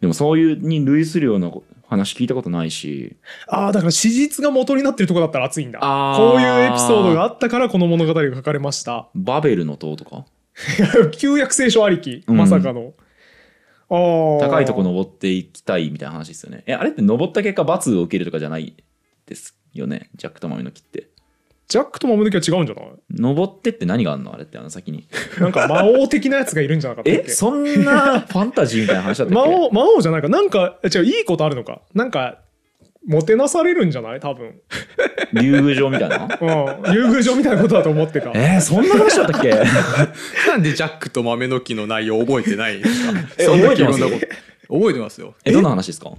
Speaker 1: でもそういうに類するような話聞いたことないし
Speaker 2: ああだから史実が元になってるとこだったら熱いんだ
Speaker 1: あー
Speaker 2: こういうエピソードがあったからこの物語が書かれました
Speaker 1: バベルの塔とか
Speaker 2: 旧約聖書ありき
Speaker 1: うん
Speaker 2: まさかの、ああ
Speaker 1: 高いとこ登っていきたいみたいな話ですよねえあれって登った結果罰を受けるとかじゃないですよねジャックとマミの木って
Speaker 2: ジャックとマムの木は違うんじゃない
Speaker 1: 登ってって何があんのあれってあの先に
Speaker 2: なんか魔王的なやつがいるんじゃなかったっ
Speaker 1: え
Speaker 2: け
Speaker 1: そんなファンタジーみたいな話だったっけ
Speaker 2: 魔王魔王じゃないかなんか違ういいことあるのかなんかもてなされるんじゃない多分、
Speaker 1: 竜宮城みたい な
Speaker 2: うん、優遇所みたいなことだと思ってた
Speaker 1: えーそんな話だったっ け
Speaker 4: なんでジャックと豆の木の内容覚えてないんですか
Speaker 1: え
Speaker 4: そんな
Speaker 1: 覚えてます
Speaker 4: いろんなこと覚えてますよ
Speaker 1: えどんな話ですか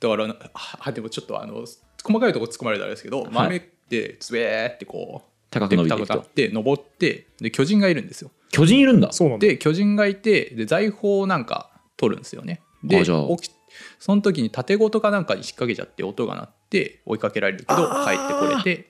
Speaker 4: だからなあでもちょっとあの細かいとこ突っ込まれたらあれですけど、
Speaker 1: い
Speaker 4: 豆ってつべーってこう
Speaker 1: 高く
Speaker 4: で
Speaker 1: 伸びて
Speaker 4: 高
Speaker 1: い
Speaker 4: く
Speaker 1: く
Speaker 4: 立っ
Speaker 1: と。
Speaker 4: て登ってで巨人がいるんですよ
Speaker 1: 巨人いるんだ。
Speaker 2: そうなんだ。
Speaker 4: で巨人がいてで財宝なんか取るんですよねで
Speaker 1: あじゃあ
Speaker 4: 起きその時に縦ごとかなんかに引っ掛けちゃって音が鳴って追いかけられるけど帰
Speaker 2: あー
Speaker 4: ってこれて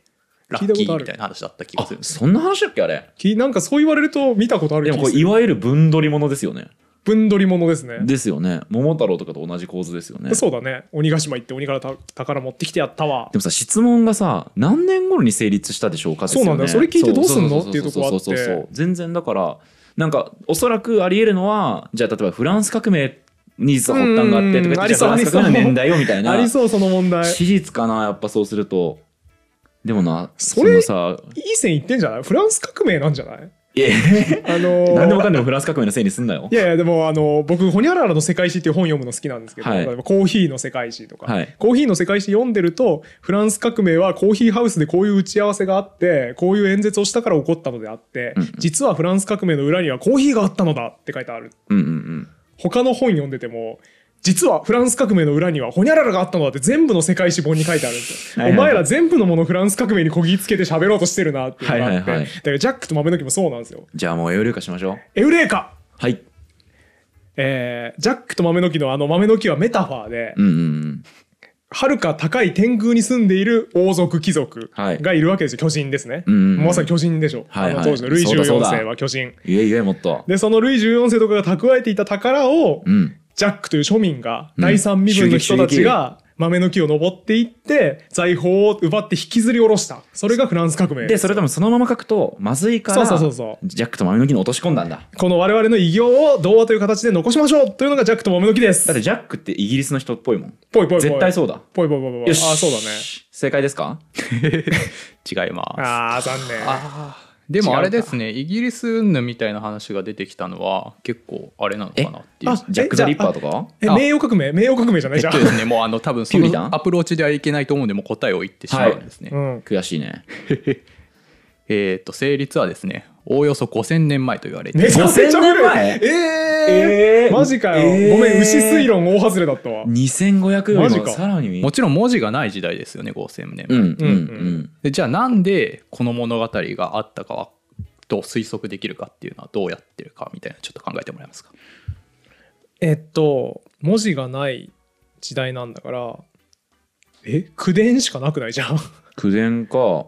Speaker 4: ラ
Speaker 2: 聞いた
Speaker 4: ッ
Speaker 2: こ
Speaker 4: キ
Speaker 2: とあ
Speaker 4: ー
Speaker 2: る
Speaker 4: みたいな話だった気が
Speaker 1: あ
Speaker 4: するんですよ
Speaker 1: そんな話だっけあれ。
Speaker 2: きなんかそう言われると見たことある
Speaker 1: で
Speaker 2: 気
Speaker 1: も
Speaker 2: が
Speaker 1: これ
Speaker 2: す
Speaker 1: い
Speaker 2: る。
Speaker 1: わゆる分取り物ですよね。
Speaker 2: 分取り物ですね。
Speaker 1: ですよね。桃太郎とかと同じ構図ですよね。
Speaker 2: そうだね。鬼ヶ島行って鬼からた宝持ってきてやったわ
Speaker 1: で。もさ質問がさ何年頃に成立したでしょうかですよ、ね、
Speaker 2: そうなんだよそれ聞いてどうすんの
Speaker 1: そそそ
Speaker 2: っていうとこあって
Speaker 1: そうそうそうそう全然だからなんかおそらくありえるのはじゃあ例えばフランス革命に実は発端があってと
Speaker 2: うん
Speaker 1: か言
Speaker 2: あ
Speaker 1: って
Speaker 2: り
Speaker 1: じ
Speaker 2: そう
Speaker 1: ゃあフランス革命の年代よみたいな
Speaker 2: ありそうその問題。
Speaker 1: 史実かなやっぱそうするとでもな
Speaker 2: それ
Speaker 1: のさ
Speaker 2: いい線いってんじゃないフランス革命なんじゃない
Speaker 1: いや
Speaker 2: あのー
Speaker 1: 何でもかんでもフランス革命のせいにすんなよ
Speaker 2: いやいやでもあの僕「ホニャララの世界史」っていう本読むの好きなんですけど、
Speaker 1: はい
Speaker 2: 例えばコーヒーの世界史とか、
Speaker 1: はい
Speaker 2: コーヒーの世界史読んでるとフランス革命はコーヒーハウスでこういう打ち合わせがあってこういう演説をしたから起こったのであって、
Speaker 1: うんうん
Speaker 2: 実はフランス革命の裏にはコーヒーがあったのだって書いてある
Speaker 1: うんうんうん
Speaker 2: 他の本読んでても実はフランス革命の裏にはホニャララがあったのだって全部の世界史本に書いてあるんですよ。
Speaker 1: はいはい
Speaker 2: お前ら全部のものフランス革命にこぎつけて喋ろうとしてるなっていうのがあって、
Speaker 1: はいはいはい
Speaker 2: だからジャックと豆の木もそうなんですよ。
Speaker 1: じゃあもう有料化しましょう
Speaker 2: エウレカ
Speaker 1: はい
Speaker 2: えージャックと豆の木のあの豆の木はメタファーで
Speaker 1: うんうんうん
Speaker 2: はる、か高い天空に住んでいる王族貴族
Speaker 1: はい
Speaker 2: がいるわけですよ巨人ですね、
Speaker 1: うんうんうん
Speaker 2: まさに巨人でしょ、
Speaker 1: はいはい
Speaker 2: あの当時のルイ
Speaker 1: そうだそうだ
Speaker 2: 14世は巨人
Speaker 1: ゆえゆえもっと
Speaker 2: でそのルイ14世とかが蓄えていた宝を
Speaker 1: うん
Speaker 2: ジャックという庶民が
Speaker 1: うん
Speaker 2: 第三身分の人たちが豆の木を登っていって財宝を奪って引きずり下ろしたそれがフランス革命
Speaker 1: でそれともそのまま書くとまずいから
Speaker 2: そうそうそうそう
Speaker 1: ジャックと豆の木に落とし込んだんだ
Speaker 2: この我々の偉業を童話という形で残しましょうというのがジャックと豆の木です
Speaker 1: だってジャックってイギリスの人っぽいもん
Speaker 2: ぽいぽいぽい
Speaker 1: 絶対そうだ
Speaker 2: ぽいぽいぽいぽい
Speaker 1: よし
Speaker 2: あそうだね
Speaker 1: 正解ですか
Speaker 4: 違います
Speaker 2: ああ残念
Speaker 4: あーでもあれですねイギリス云々みたいな話が出てきたのは結構あれなのかなっていう
Speaker 2: あ
Speaker 1: ジャック・
Speaker 2: えじ
Speaker 1: ザ・
Speaker 2: ゃあ
Speaker 1: リッパーとか
Speaker 2: え
Speaker 4: あ
Speaker 2: 名誉革命名誉革命じゃな
Speaker 4: え
Speaker 2: い
Speaker 4: っ
Speaker 2: じゃん
Speaker 4: とですねもうあの多分 そ
Speaker 1: ピューリタン
Speaker 4: のアプローチではいけないと思うんでもう答えを言ってしまうんですね、
Speaker 2: うん
Speaker 1: 悔しいね
Speaker 4: えっと成立はですねおおよそ5000年前と言われて
Speaker 2: めちゃめちゃ古い
Speaker 1: 5000年前
Speaker 2: え
Speaker 1: え
Speaker 2: え
Speaker 1: ー
Speaker 2: マジかよ、
Speaker 1: えー
Speaker 2: ごめん牛推論大外れだったわ
Speaker 1: 2500よ
Speaker 2: マジ
Speaker 1: り
Speaker 2: か
Speaker 1: もさらに
Speaker 4: もちろん文字がない時代ですよね5000年、
Speaker 1: うんうんうん、
Speaker 4: でじゃあなんでこの物語があったかはと推測できるかっていうのはどうやってるかみたいなちょっと考えてもらえますか
Speaker 2: えっと文字がない時代なんだからえ口伝しかなくないじゃんあ
Speaker 1: 口伝か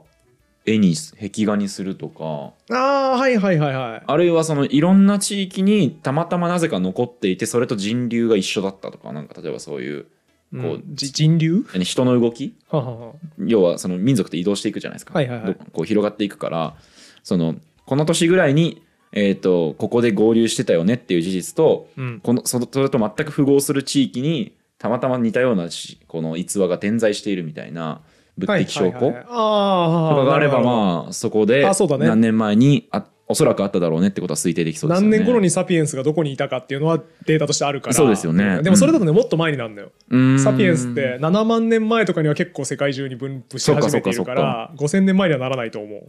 Speaker 1: 絵に壁画にするとか
Speaker 2: あーはいはいはいはい
Speaker 1: あるいはそのいろんな地域にたまたまなぜか残っていてそれと人流が一緒だったとかなんか例えばそういう
Speaker 2: う
Speaker 1: こうん
Speaker 2: じ人流
Speaker 1: 何人の動き
Speaker 2: ははは
Speaker 1: 要はその民族って移動していくじゃないですか、
Speaker 2: はいはいはい
Speaker 1: どこう広がっていくからそのこの年ぐらいに、えー、とここで合流してたよねっていう事実と
Speaker 2: うん
Speaker 1: このそのそれと全く符合する地域にたまたま似たようなしこの逸話が点在しているみたいな物的証拠
Speaker 2: はいはいはいあ
Speaker 1: と
Speaker 2: ー
Speaker 1: かがあれば
Speaker 2: なるほど
Speaker 1: まあそこで
Speaker 2: あそうだね
Speaker 1: 何年前にあおそらくあっただろうねってことは推定できそうですよね。
Speaker 2: 何年頃にサピエンスがどこにいたかっていうのはデータとしてあるから
Speaker 1: そうですよね
Speaker 2: でもそれだとね、もっと前になるんだよ
Speaker 1: うん
Speaker 2: サピエンスって7万年前とかには結構世界中に分布し始めているから
Speaker 1: そ
Speaker 2: 5000年前にはならないと思う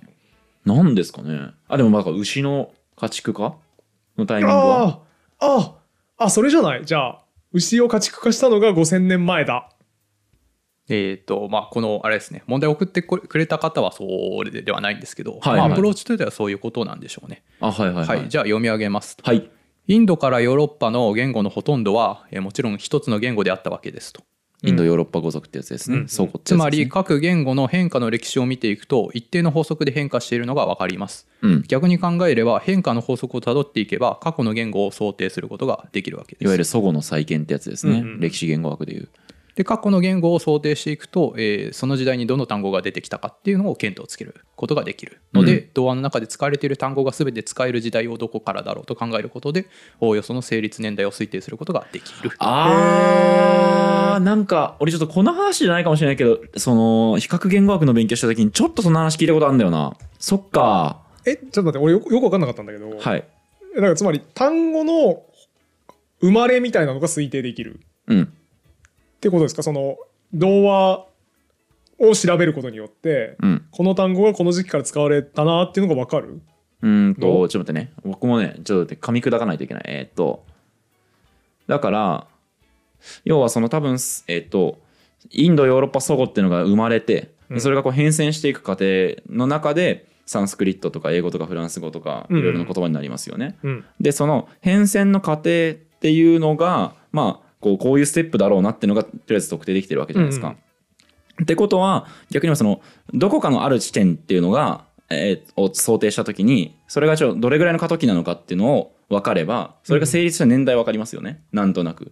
Speaker 1: 何ですかねあでもまあ牛の家畜化のタイミングは
Speaker 2: ああああそれじゃないじゃあ牛を家畜化したのが5000年前だ
Speaker 4: えっ、とまあこのあれですね問題を送ってこれくれた方はそうではないんですけ
Speaker 1: は
Speaker 4: ど、
Speaker 1: いはい
Speaker 4: まあ、アプローチというのはそういうことなんでしょうね
Speaker 1: あはいはい
Speaker 4: はい、じゃあ読み上げますと
Speaker 1: はい
Speaker 4: インドからヨーロッパの言語のほとんどは、えーもちろん一つの言語であったわけですと
Speaker 1: インドヨーロッパ語族ってやつですね。
Speaker 2: うん
Speaker 1: そうこっ
Speaker 4: つ
Speaker 1: てや
Speaker 4: ま
Speaker 1: つです
Speaker 4: り
Speaker 1: ね、
Speaker 4: 各言語の変化の歴史を見ていくと一定の法則で変化しているのが分かります
Speaker 1: うん、
Speaker 4: 逆に考えれば変化の法則をたどっていけば過去の言語を想定することができるわけです
Speaker 1: いわゆる祖語の再建ってやつですね。
Speaker 2: うんうん
Speaker 1: 歴史言語学でいう。
Speaker 4: で過去の言語を想定していくと、えーその時代にどの単語が出てきたかっていうのを見当をつけることができるので、
Speaker 1: う
Speaker 4: 童話の中で使われている単語が全て使える時代をどこからだろうと考えることでおおよその成立年代を推定することができる
Speaker 1: あーなんか俺ちょっとこの話じゃないかもしれないけどその比較言語学の勉強した時にちょっとそんな話聞いたことあるんだよなそっか
Speaker 2: えちょっと待って俺よくよく分かんなかったんだけど、
Speaker 1: はい
Speaker 2: だからつまり単語の生まれみたいなのが推定できる
Speaker 1: うん
Speaker 2: ってことですかその童話を調べることによって
Speaker 1: うん
Speaker 2: この単語がこの時期から使われたなっていうのが分かる
Speaker 1: うーん
Speaker 2: ど
Speaker 1: とちょっと待ってね僕もねちょっと待って噛み砕かないといけないえーっとだから要はその多分すえーっとインドヨーロッパ祖語っていうのが生まれて、
Speaker 2: うん
Speaker 1: それがこう変遷していく過程の中でサンスクリットとか英語とかフランス語とかい
Speaker 2: うん
Speaker 1: ろいろな言葉になりますよね。
Speaker 2: うん
Speaker 1: でその変遷の過程っていうのがまあこうこういうステップだろうなっていうのがとりあえず特定できてるわけじゃないですか。
Speaker 2: うん
Speaker 1: ってことは逆にはそのどこかのある地点っていうのが、えーを想定した時にそれがちょどれぐらいの過渡期なのかっていうのを分かればそれが成立した年代分かりますよね、なんとなく。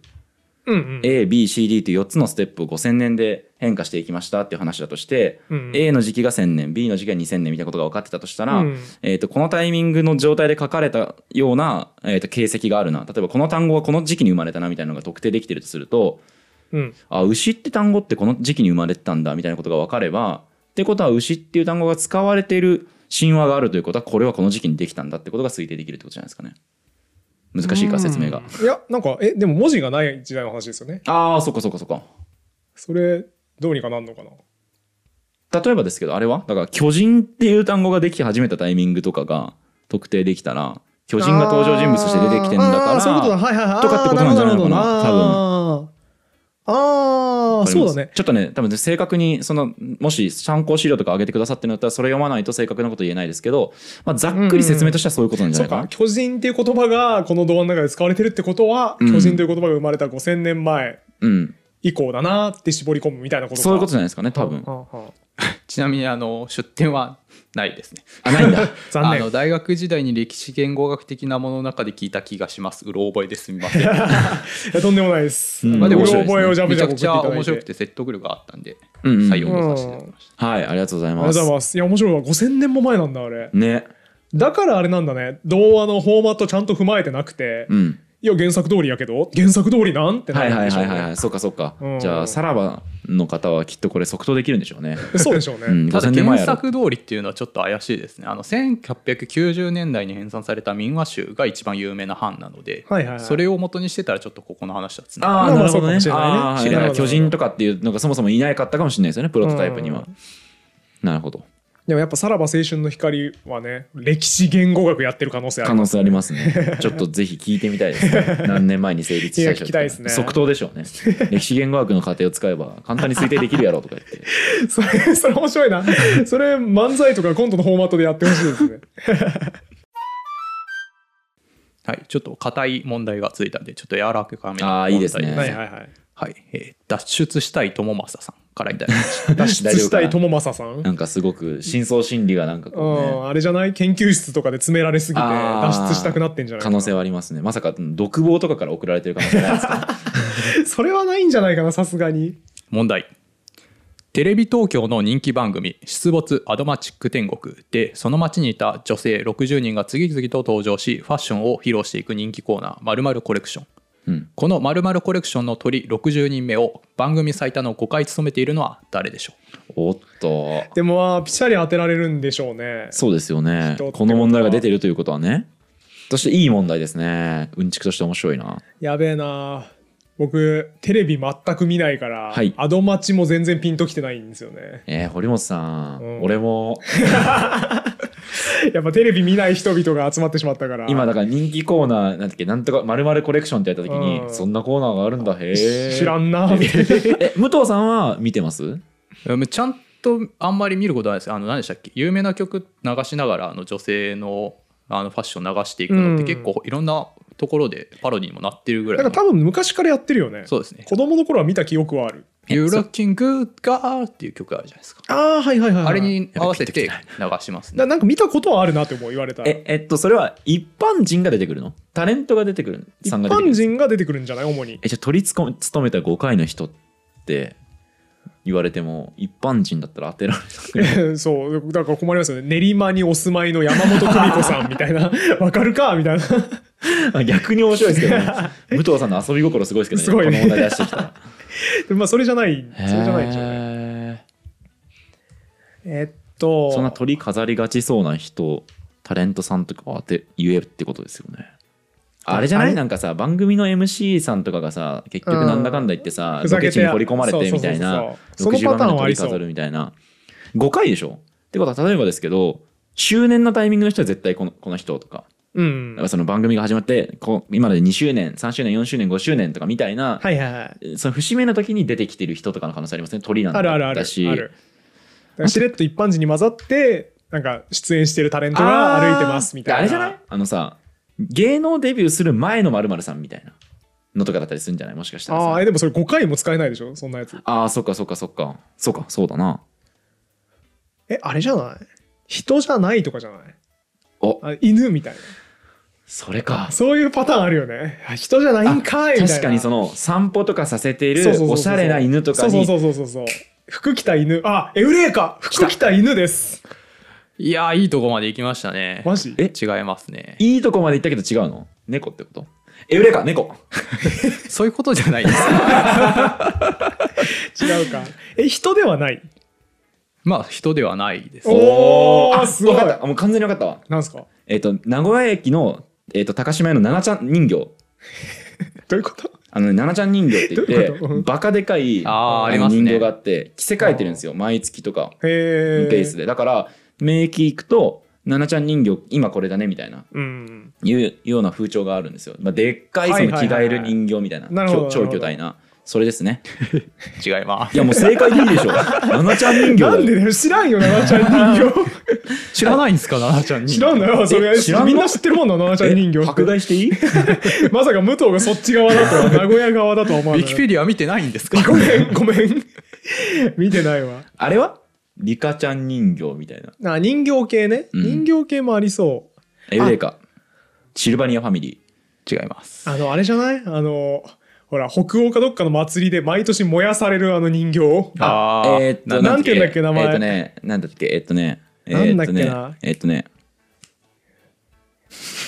Speaker 2: うん
Speaker 1: ABCD という4つのステップを5000年で変化していきましたっていう話だとして、
Speaker 2: うん
Speaker 1: A の時期が1000年 B の時期が2000年みたいなことが分かってたとしたら、
Speaker 2: うん
Speaker 1: えー、とこのタイミングの状態で書かれたような、えー、と形跡があるな例えばこの単語はこの時期に生まれたなみたいなのが特定できてるとすると
Speaker 2: うん
Speaker 1: あ牛って単語ってこの時期に生まれてたんだみたいなことが分かればってことは牛っていう単語が使われている神話があるということはこれはこの時期にできたんだってことが推定できるってことじゃないですかね難しいか説明が
Speaker 2: いやなんかえでも文字がない時代の話ですよね
Speaker 1: ああそっかそっかそっか
Speaker 2: それどうにかなんのかな
Speaker 1: 例えばですけどあれはだから巨人っていう単語ができ始めたタイミングとかが特定できたら巨人が登場人物として出てきてんだか
Speaker 2: あー
Speaker 1: ら
Speaker 2: そういうことだはいはいはい
Speaker 1: とかってことなんじゃないのかな
Speaker 2: あーるほどあーあーそうだね
Speaker 1: ちょっとね多分正確にそのもし参考資料とか上げてくださってるんだったらそれ読まないと正確なこと言えないですけど、まあ、ざっくり説明としてはそういうことなんじゃ
Speaker 2: そ
Speaker 1: な
Speaker 2: う
Speaker 1: いかな、
Speaker 2: か巨人っていう言葉がこの動画の中で使われてるってことは、
Speaker 1: うん
Speaker 2: 巨人という言葉が生まれた5000年前
Speaker 1: うん
Speaker 2: 以降だなって絞り込むみたいなことか
Speaker 1: そういうことじゃないですかね多分
Speaker 2: はあはあ
Speaker 4: ちなみにあの出典はないですね
Speaker 1: あないんだ
Speaker 2: 残
Speaker 4: あの
Speaker 2: 念
Speaker 4: 大学時代に歴史言語学的なものの中で聞いた気がしますうろ覚えですみ ません
Speaker 2: いやとんでもないです、
Speaker 1: うん
Speaker 2: まあでも
Speaker 1: 面
Speaker 2: 覚
Speaker 1: 白
Speaker 2: え
Speaker 1: いですね
Speaker 2: をジャブ
Speaker 4: め
Speaker 2: ジ
Speaker 4: ち
Speaker 2: ャブ
Speaker 4: ゃ
Speaker 2: 送って
Speaker 4: くち
Speaker 2: いた
Speaker 4: ゃ
Speaker 2: だ
Speaker 4: 面
Speaker 2: いて
Speaker 4: 白くて説得力があったんで
Speaker 1: うん、うん、
Speaker 4: 採用もさせていただきました、
Speaker 1: はいありがとうござい
Speaker 2: あり
Speaker 1: ま
Speaker 2: がと
Speaker 1: す
Speaker 2: うございますいや面白いわ5000年も前なんだあれ
Speaker 1: ね
Speaker 2: だからあれなんだね童話のフォーマットちゃんと踏まえてなくて、
Speaker 1: うん
Speaker 2: いや原作通りやけど原作通りなんってな
Speaker 1: はい
Speaker 2: るん
Speaker 1: はい
Speaker 2: でしょ
Speaker 1: は
Speaker 2: う
Speaker 1: い
Speaker 2: ね、
Speaker 1: はいはいそうかそうか、
Speaker 2: うん
Speaker 1: じゃあさらばの方はきっとこれ即答できるんでしょうね、
Speaker 2: そうでしょうね、
Speaker 1: うん、
Speaker 4: ただ
Speaker 1: 5000年前
Speaker 4: 原
Speaker 1: やろ
Speaker 4: 作通りっていうのはちょっと怪しいですねあの1890年代に編纂された民話集が一番有名な版なので、
Speaker 2: はいはいはい
Speaker 4: それを元にしてたらちょっとここの話はつな
Speaker 1: あ
Speaker 2: ま
Speaker 4: が
Speaker 1: あ
Speaker 2: あ
Speaker 1: な
Speaker 2: ま
Speaker 1: る
Speaker 2: あ
Speaker 1: ほどね
Speaker 2: そうかもしれな
Speaker 1: あー
Speaker 2: いね知らない
Speaker 1: 巨人とかっていうのがそもそもいなかったかもしれないですよねプロトタイプには、なるほど
Speaker 2: でもやっぱさらば青春の光はね歴史言語学やってる可能性あ
Speaker 1: 可
Speaker 2: る
Speaker 1: 能性ありますね。ちょっとぜひ聞いてみたいですね。何年前に成立した
Speaker 2: いや聞きたいですね
Speaker 1: 即答でしょうね。歴史言語学の過程を使えば簡単に推定できるやろうとか言って。
Speaker 2: それそれ面 白いなそれ漫才とかコントのフォーマットでやってほしいですね
Speaker 4: はい、ちょっと硬い問題がついたんでちょっと柔らかめに
Speaker 1: あーいいですね
Speaker 2: はいはいはい
Speaker 4: はいえー脱出したい友正さんからいただきました
Speaker 2: 脱出したい友正さん
Speaker 1: なんかすごく深層心理がなんか
Speaker 2: う
Speaker 1: こ
Speaker 2: ん、あれじゃない研究室とかで詰められすぎて
Speaker 1: あー
Speaker 2: 脱出したくなってんじ
Speaker 1: う
Speaker 2: ゃ
Speaker 1: ね、
Speaker 2: ない
Speaker 1: 可
Speaker 2: かな
Speaker 1: 能性はありますね。まさか独房とかから送られてる可能性 ないですか
Speaker 2: それはないんじゃないかなさすがに
Speaker 4: 問題テレビ東京の人気番組「出没アドマチック天国」でその街にいた女性60人が次々と登場しファッションを披露していく人気コーナー「まるコレクション」
Speaker 1: うん
Speaker 4: この「まるコレクション」の鳥60人目を番組最多の5回務めているのは誰でしょう
Speaker 1: おっと。
Speaker 2: でもまあピシャリ当てられるんでしょうね
Speaker 1: そうですよね
Speaker 2: 人って。
Speaker 1: この問題が出てるということはね。そしていい問題ですね。うんちくとして面白いな。
Speaker 2: やべえな僕テレビ全く見ないから、
Speaker 1: はい
Speaker 2: アドマチも全然ピンときてないんですよね
Speaker 1: えー、堀本さん、
Speaker 2: うん
Speaker 1: 俺も
Speaker 2: やっぱテレビ見ない人々が集まってしまったから
Speaker 1: 今だから人気コーナーなんだっけなんとかまるコレクションってやった時に、
Speaker 2: うん
Speaker 1: そんなコーナーがあるんだへえ
Speaker 2: 知らんなみたいな
Speaker 1: え武藤さんは見てます
Speaker 4: うんちゃんとあんまり見ることないですあの何でしたっけ有名な曲流しながらあの女性のあのファッション流していくのっ
Speaker 2: う
Speaker 4: て
Speaker 2: ん
Speaker 4: 結構いろんなところでパロディにもなってるぐら
Speaker 2: ないんか
Speaker 4: の
Speaker 2: 多分昔からやってるよね
Speaker 4: そうですね
Speaker 2: 子供の頃は見た記憶はある
Speaker 4: 「You're Looking Good Girl」っていう曲があるじゃないですか
Speaker 2: ああはいはいはい、
Speaker 4: あれに合わせて流します
Speaker 2: な
Speaker 4: ね。
Speaker 2: なんか見たことはあるなって思う言われたら
Speaker 1: ええっとそれは一般人が出てくるのタレントが出てくる
Speaker 2: 一
Speaker 1: さんが出てくる
Speaker 2: 般人が出てくるんじゃない主に
Speaker 1: えじゃあ取りつこ務めた5回の人って言われても一般人だったら当てられなくない
Speaker 2: そうだから困りますよね練馬にお住まいの山本久美子さんみた いなわかるかみたいな
Speaker 1: あ逆に面白いですけどね武藤さんの遊び心すごいですけどね
Speaker 2: すごいね
Speaker 1: この問題出してきたら
Speaker 2: でまあそれじゃない それじゃないんじゃな
Speaker 1: へ
Speaker 2: い
Speaker 1: え
Speaker 2: えっと
Speaker 1: そんな取り飾りがちそうな人タレントさんとかは当て言えってことですよねあれじゃな
Speaker 2: あ
Speaker 1: い
Speaker 2: れ
Speaker 1: なんかさ番組の MC さんとかがさ結局なんだかんだ言ってさ
Speaker 2: ふざ
Speaker 1: ロ
Speaker 2: けて
Speaker 1: ケ地に掘り込まれてみたいな
Speaker 2: そうそうそうそうそ
Speaker 1: 60
Speaker 2: のパター
Speaker 1: 番
Speaker 2: ン
Speaker 1: 目
Speaker 2: はあ
Speaker 1: 取
Speaker 2: り
Speaker 1: り
Speaker 2: そう
Speaker 1: 飾るみたいな5回でしょってことは例えばですけど周年のタイミングの人は絶対このこの人とか
Speaker 2: うん
Speaker 1: だからその番組が始まってこう今まで2周年3周年4周年5周年とかみたいな、
Speaker 2: はいはいはい
Speaker 1: その節目の時に出てきてる人とかの可能性ありますね鳥なん
Speaker 2: あるあるあ
Speaker 1: だ
Speaker 2: る
Speaker 1: だし
Speaker 2: あるだからしれっと一般人に混ざってなんか出演してるタレントが
Speaker 1: あー
Speaker 2: 歩いてますみたいな
Speaker 1: あれじゃないあのさ芸能デビューする前の〇〇さんみたいなのとかだったりするんじゃないもしかしたらさ
Speaker 2: あーえでもそれ5回も使えないでしょそんなやつ
Speaker 1: あーそっかそっかそっかそうかそうだな
Speaker 2: えあれじゃない人じゃないとかじゃない
Speaker 1: お
Speaker 2: あ犬みたい
Speaker 1: それか
Speaker 2: なそういうパターンあるよねあ人じゃないんかいみたいな
Speaker 1: 確かにその散歩とかさせてい
Speaker 2: そうそうそう
Speaker 1: る
Speaker 2: そう
Speaker 1: おしゃれな犬とかに
Speaker 2: そうそうそうそうそう服着た犬あエウレカ服着た犬です
Speaker 4: いやーいいとこまで行きましたね
Speaker 2: マジ
Speaker 1: え
Speaker 4: 違いますね
Speaker 1: いいとこまで行ったけど違うの猫ってことエウレカ猫
Speaker 4: そういうことじゃないですか
Speaker 2: 違うかえ人ではない
Speaker 4: まあ人ではないです
Speaker 2: お
Speaker 1: あ
Speaker 2: ーすごい
Speaker 1: わかったもう完全に分かったわ
Speaker 2: なんすか
Speaker 1: えっ、と名古屋駅の、えっと高島屋の奈々ちゃん人形
Speaker 2: どういうこと
Speaker 1: あのね、奈々ちゃん人形って言っ
Speaker 2: どういうことう
Speaker 1: て
Speaker 2: ん
Speaker 1: バカでかい
Speaker 4: あーあり
Speaker 1: の
Speaker 4: ますね
Speaker 1: 人形があって着せ替えてるんですよ毎月とか
Speaker 2: へ
Speaker 1: の
Speaker 2: え
Speaker 1: ペースでだから免疫行くと奈々ちゃん人形今これだねみたいな
Speaker 2: うん
Speaker 1: いうような風潮があるんですよ、まあ、でっかいそ
Speaker 2: はい
Speaker 1: の
Speaker 2: はいは
Speaker 1: 着替
Speaker 2: い
Speaker 1: える人形みたいな
Speaker 2: なるほど
Speaker 1: 超超巨大なそれですね
Speaker 4: 違います
Speaker 1: いやもう正解でいいで しょ奈々ちゃん人形だよ
Speaker 2: なんでね知らんよななちゃん人形
Speaker 4: 知らないんですか奈々ちゃん に
Speaker 2: 知らんのよそれ
Speaker 1: え知らんの
Speaker 2: みんな知ってるもんなななちゃん人
Speaker 1: え
Speaker 2: 形
Speaker 1: 迫害していい
Speaker 2: ってまさか武藤がそっち側だ とは名古屋側だとは思
Speaker 4: ウ
Speaker 2: わな
Speaker 4: ィ
Speaker 2: い
Speaker 4: キペディア見てないんですか
Speaker 2: ごめんごめん 見てないわ
Speaker 1: あれはリカちゃん人形みたいな
Speaker 2: あ人形系ね、
Speaker 1: うん
Speaker 2: 人形系もありそう
Speaker 1: エウレカシルバニアファミリ
Speaker 4: 違います
Speaker 2: あの、あれじゃないあの、ほら、北欧かどっかの祭りで毎年燃やされるあの人形を。
Speaker 4: あ
Speaker 1: ー
Speaker 4: ー
Speaker 1: えーっと
Speaker 2: なんて言うんだっけ名前
Speaker 1: えーっとねなんだっけえーっとねえ
Speaker 2: な
Speaker 1: ー
Speaker 2: んだ
Speaker 1: っ
Speaker 2: っけ
Speaker 1: と
Speaker 2: な
Speaker 1: ねえーっとね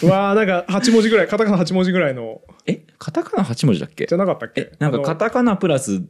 Speaker 2: うわあなんか8文字ぐらい、カタカナ8文字ぐらいの、
Speaker 1: えカタカナ8文字だっけ
Speaker 2: じゃなかったっけ
Speaker 1: えなんか
Speaker 2: あの
Speaker 1: カタカナプラス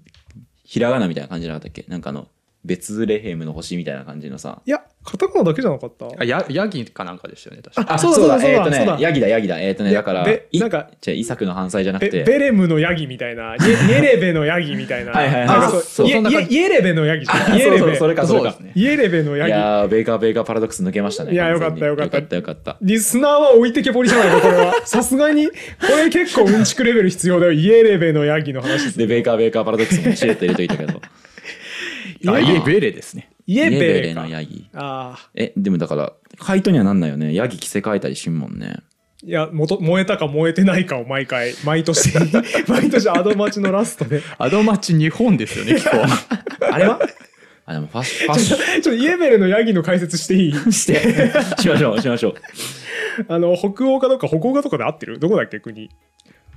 Speaker 1: ひらがなみたいな感じじゃなかったっけなんかあのベツレヘムの星みたいな感じのさ
Speaker 2: いや、カタカナだけじゃなかった。
Speaker 4: あやヤギかなんかでしたよね確か
Speaker 1: あ
Speaker 2: そうだそうだ
Speaker 1: えーっと
Speaker 2: そうだ
Speaker 1: ねヤギだヤギだえーっとね
Speaker 2: で
Speaker 1: だから
Speaker 2: で
Speaker 1: い
Speaker 2: なんか
Speaker 1: じゃあイサクの反対じゃなく
Speaker 2: え
Speaker 1: て
Speaker 2: ベレムのヤギみたいな、ニェニェレベのヤギみたいな。
Speaker 1: はいはいはい
Speaker 2: なんか
Speaker 1: あそう
Speaker 2: イエ
Speaker 1: そんな感じ
Speaker 2: イエイエレベのヤギじゃん。イ エ
Speaker 1: そう
Speaker 2: レ
Speaker 1: そう
Speaker 2: ベ。
Speaker 1: それかそれ
Speaker 4: そう
Speaker 1: か
Speaker 4: ですね
Speaker 2: イエレベの
Speaker 1: い
Speaker 2: ヤギ。
Speaker 1: やーベーカーベーカーパラドックス抜けましたね
Speaker 2: いや
Speaker 1: 完全に
Speaker 2: よかったよかった
Speaker 1: よかったよかっ
Speaker 2: リスナーは置いてけぼりじゃないのこれ は。さすがに、これ結構うんちくレベル必要だよ。イエレベのヤギの話
Speaker 1: たでベーカーベーカーパラドックスもシレッと入れといたけ ど
Speaker 4: あイエベレですね
Speaker 2: イ
Speaker 1: イ
Speaker 2: エ
Speaker 1: エベ
Speaker 2: ベ
Speaker 1: レ
Speaker 2: レか
Speaker 1: の。ヤギ
Speaker 2: ああ。
Speaker 1: えでもだから回答にはなんないよねヤギ着せ替えたりしんもんね
Speaker 2: いや、もと燃えたか燃えてないかを毎回、毎年、 毎年アドマチのラスト で。ち
Speaker 4: アドマチ日本ですよ ね結構
Speaker 1: あれはあでもファッションファッション
Speaker 2: ょっとイエベレのヤギの解説していい
Speaker 1: して しましょうしましょう
Speaker 2: あの、北欧かどっか、北欧かどっかで合ってるどこだっけ、国。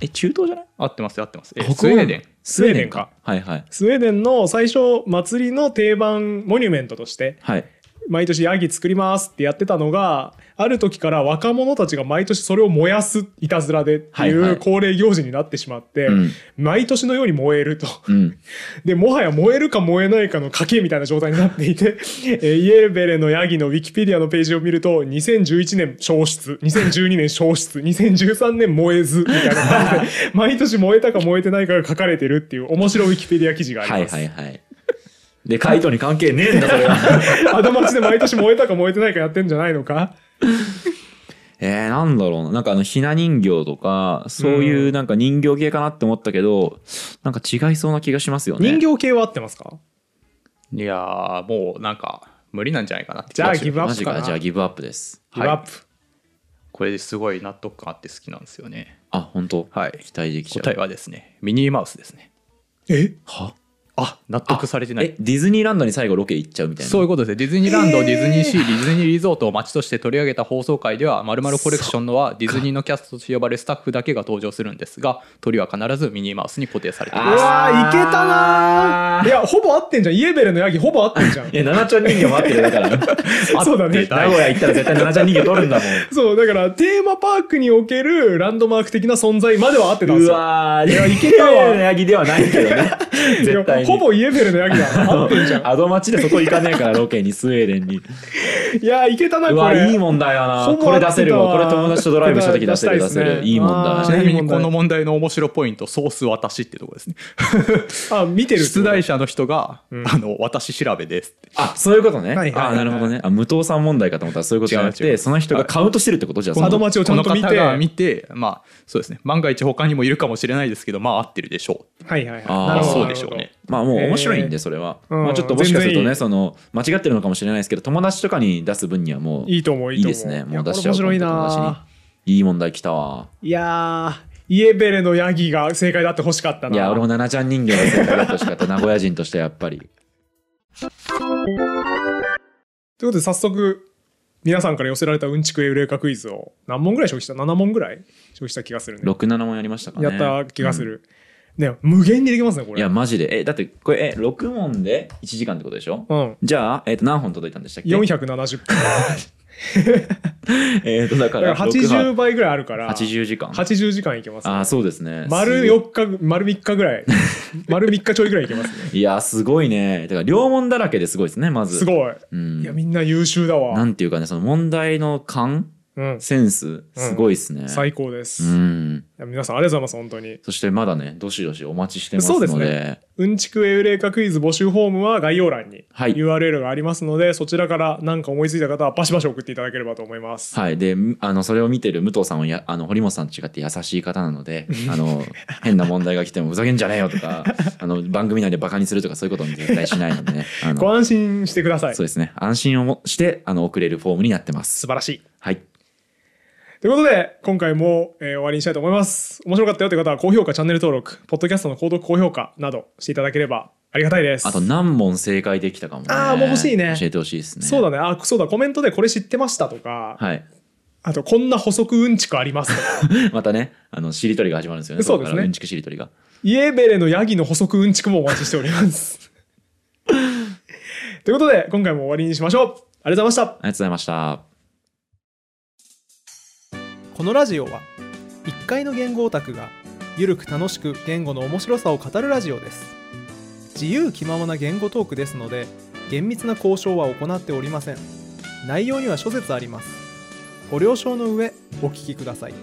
Speaker 1: え中東じゃない
Speaker 4: 合ってますよ合ってますえ
Speaker 1: 北欧
Speaker 4: スウェーデン
Speaker 1: スウェーデン
Speaker 2: スウェー
Speaker 1: かはいはい
Speaker 2: スウェーデンの最初、祭りの定番モニュメントとして、
Speaker 1: はい
Speaker 2: 毎年ヤギ作りますってやってたのが、ある時から若者たちが毎年それを燃やすいたずらでってい
Speaker 1: はいは
Speaker 2: う
Speaker 1: い
Speaker 2: 恒例行事になってしまって、
Speaker 1: うん
Speaker 2: 毎年のように燃えると。
Speaker 1: うん
Speaker 2: で、もはや燃えるか燃えないかの賭けみたいな状態になっていて、 えーイエベレのヤギのウィキペディアのページを見ると、2011年消失、2012年消失、2013年燃えず、みたいな感 じで、毎年燃えたか燃えてないかが書かれてるっていう面白いウィキペディア記事があり
Speaker 1: はい
Speaker 2: ます。
Speaker 1: はいはい。で、回答に関係ねえんだ、それ は。
Speaker 2: アドマチで毎年燃えたか燃えてないかやってんじゃないのか
Speaker 1: えー、なんだろうな。なんかあの、ひな人形とか、そういうなんか人形系かなって思ったけど、なんか違いそうな気がしますよね。
Speaker 2: 人形系は合ってますか
Speaker 4: いやーもうなんか無理なんじゃないかなって気
Speaker 2: じゃ
Speaker 4: が
Speaker 2: あ
Speaker 4: し
Speaker 2: ギ
Speaker 4: ます
Speaker 2: ブア
Speaker 1: マ
Speaker 2: ップ
Speaker 1: ジ
Speaker 2: か
Speaker 1: か。
Speaker 2: な。
Speaker 1: じゃあギブアップです。
Speaker 2: ギブアップ。
Speaker 4: これすごい納得感あって好きなんですよね
Speaker 1: あ、本当。
Speaker 4: はい
Speaker 1: 期待できちゃ
Speaker 4: 答え
Speaker 1: う。
Speaker 4: はですねミニーマウスですね
Speaker 2: え
Speaker 1: は
Speaker 4: あ納得されてない
Speaker 1: え、ディズニーランドに最後ロケ行っちゃうみたいな。
Speaker 4: そういうことですねディズニーランド、
Speaker 2: えー
Speaker 4: ディズニーシーディズニーリゾートを街として取り上げた放送回では「まるコレクション」のはディズニーのキャストと呼ばれるスタッフだけが登場するんですが鳥は必ずミニーマウスに固定されてい
Speaker 2: あう
Speaker 4: ま
Speaker 2: わーいけた
Speaker 1: ない
Speaker 2: や、ほぼ合ってんじゃん。イエベレのヤギほぼ合ってんじゃ
Speaker 1: い。
Speaker 2: ん
Speaker 1: や、奈々ちゃん人形待ってるだから。
Speaker 2: そうだね。
Speaker 1: 名古屋行ったら絶対奈々ちゃん人形取るんだもん。
Speaker 2: そう、だから、テーマパークにおけるランドマーク的な存在までは合ってたんで
Speaker 1: う
Speaker 2: すよ。
Speaker 1: わー、いや、いけたわ。ヤギではないけどね。絶対に。
Speaker 2: ほぼイエベルのヤギだ。合ってんじゃん。
Speaker 1: アドマチでそこ行かねえからロケにスウェーデンに
Speaker 2: いや、いけたな、
Speaker 1: う
Speaker 2: こ
Speaker 1: わ
Speaker 2: れ。
Speaker 1: いい問題だ
Speaker 2: ほ
Speaker 1: な
Speaker 2: ぼ
Speaker 1: これ出せるわこ
Speaker 2: 合っ
Speaker 1: れ
Speaker 2: てた
Speaker 1: 友達とドライブした時出せる
Speaker 2: 出
Speaker 1: 出
Speaker 2: し
Speaker 1: せ
Speaker 2: たいっすね
Speaker 1: るいい問
Speaker 2: あ
Speaker 1: 題
Speaker 2: ー
Speaker 4: ちなみにこの問題の面白ポイントソース私ってとこですね
Speaker 2: あ、見てる。
Speaker 4: 出題者の人が、
Speaker 2: うん
Speaker 4: あの私調べですって
Speaker 1: あそういうことね
Speaker 2: はいはいは
Speaker 1: あ
Speaker 2: い
Speaker 1: なるほどねあ無党さん問題かと思ったらそういうことじゃなく
Speaker 4: 違う違
Speaker 1: て
Speaker 4: う
Speaker 1: その人がカウントしてるってことじゃあ
Speaker 2: こ
Speaker 1: そ
Speaker 2: の
Speaker 1: の
Speaker 2: 窓町をちゃんと見て
Speaker 4: この方が見てまあそうですね万が一他にもいるかもしれないですけどまあ合ってるでしょう
Speaker 2: はいはいはい。
Speaker 1: あー
Speaker 2: なるほど
Speaker 4: そうでしょうね。
Speaker 1: まあもう面白いんでそれは、
Speaker 2: うん
Speaker 1: まあ、ちょっともしかすると
Speaker 2: 全然い
Speaker 1: ね
Speaker 2: い
Speaker 1: その間違ってるのかもしれないですけど友達とかに出す分にはもう
Speaker 2: いいと思う、いいと
Speaker 1: い
Speaker 2: 思う。
Speaker 1: いですねもう
Speaker 2: や
Speaker 1: 出しちゃおう
Speaker 2: これ面白い
Speaker 1: 友
Speaker 2: な
Speaker 1: 達いい問題来たわ
Speaker 2: いやー、イエベレのヤギが正解だって欲しかったな。
Speaker 1: いや俺も奈々ちゃん人形の選択だとしかった名古屋人としてはやっぱり
Speaker 2: ということで、早速、皆さんから寄せられたうんちくエウレカクイズを何問ぐらい消費した ?7 問ぐらい消費した気がするね。
Speaker 1: 67問やりましたかね
Speaker 2: やった気がする。ね、無限にできますね、こ
Speaker 1: うん
Speaker 2: れ。
Speaker 1: いやマジでえだってこれえ6問で1時間ってことでしょ
Speaker 2: うん。
Speaker 1: じゃあ、えっと何本届いたんでしたっけ
Speaker 2: 470分。
Speaker 1: えっとだか
Speaker 2: だからら80
Speaker 1: 80,
Speaker 2: 倍ぐらいあるから、
Speaker 1: 80時間
Speaker 2: 80時間いけます、ね。
Speaker 1: ああそうですね
Speaker 2: 丸
Speaker 1: よ
Speaker 2: 4日、丸3日ぐ らい。丸3日ちょいぐらいいけますね。
Speaker 1: いやすごいねだから両問だらけですごいですねまず
Speaker 2: すごい。
Speaker 1: うん
Speaker 2: いや、みんな優秀だ
Speaker 1: な
Speaker 2: わ。
Speaker 1: んていうかねその問題の感
Speaker 2: うん。
Speaker 1: センスすごいですね、
Speaker 2: 最高です。
Speaker 1: う
Speaker 2: い
Speaker 1: ん
Speaker 2: や皆さんありがとうございます、本当に。
Speaker 1: そしてまだねどしどしお待ちしてます
Speaker 2: そ
Speaker 1: ので
Speaker 2: うですねうんちくエウレカクイズ募集フォームは概要欄に
Speaker 1: はい
Speaker 2: URL がありますので、そちらから何か思いついた方はバシバシ送っていただければと思います。
Speaker 1: はい、でむあのそれを見てる武藤さんはやあの堀本さんと違って優しい方なのであの変な問題が来てもふざけんじゃねえよと かあの番組内でバカにするとかそういうことも絶対しないのでねあの
Speaker 2: ご安心してください。
Speaker 1: そうで
Speaker 2: 素
Speaker 1: すね安心をもしてあの送れるフォームになってます。
Speaker 2: 晴らしい。
Speaker 1: はい、
Speaker 2: ということで、今回も、えー終わりにしたいと思います。面白かったよという方は高評価、チャンネル登録、ポッドキャストの購読、高評価などしていただければありがたいです。
Speaker 1: あと何問正解できたかも、ね、
Speaker 2: あーもう欲しいね
Speaker 1: 教えてほしいですね。
Speaker 2: そうだね。あ、そうだ。コメントでこれ知ってましたとか、
Speaker 1: はい、
Speaker 2: あとこんな補足うんちくありますとか、
Speaker 1: またねあのしりとりが始まるんですよね。
Speaker 2: そうですね
Speaker 1: こからうんちくしりとりが。
Speaker 2: イエベレのヤギの補足うんちくもお待ちしており ます。ということで、今回も終わりにしましょう。ありがとうございました。
Speaker 1: ありがとうございました。
Speaker 2: このラジオは1階の言語オタクがゆるく楽しく言語の面白さを語るラジオです自由気ままな言語トークですので厳密な交渉は行っておりません内容には諸説ありますご了承の上お聞きください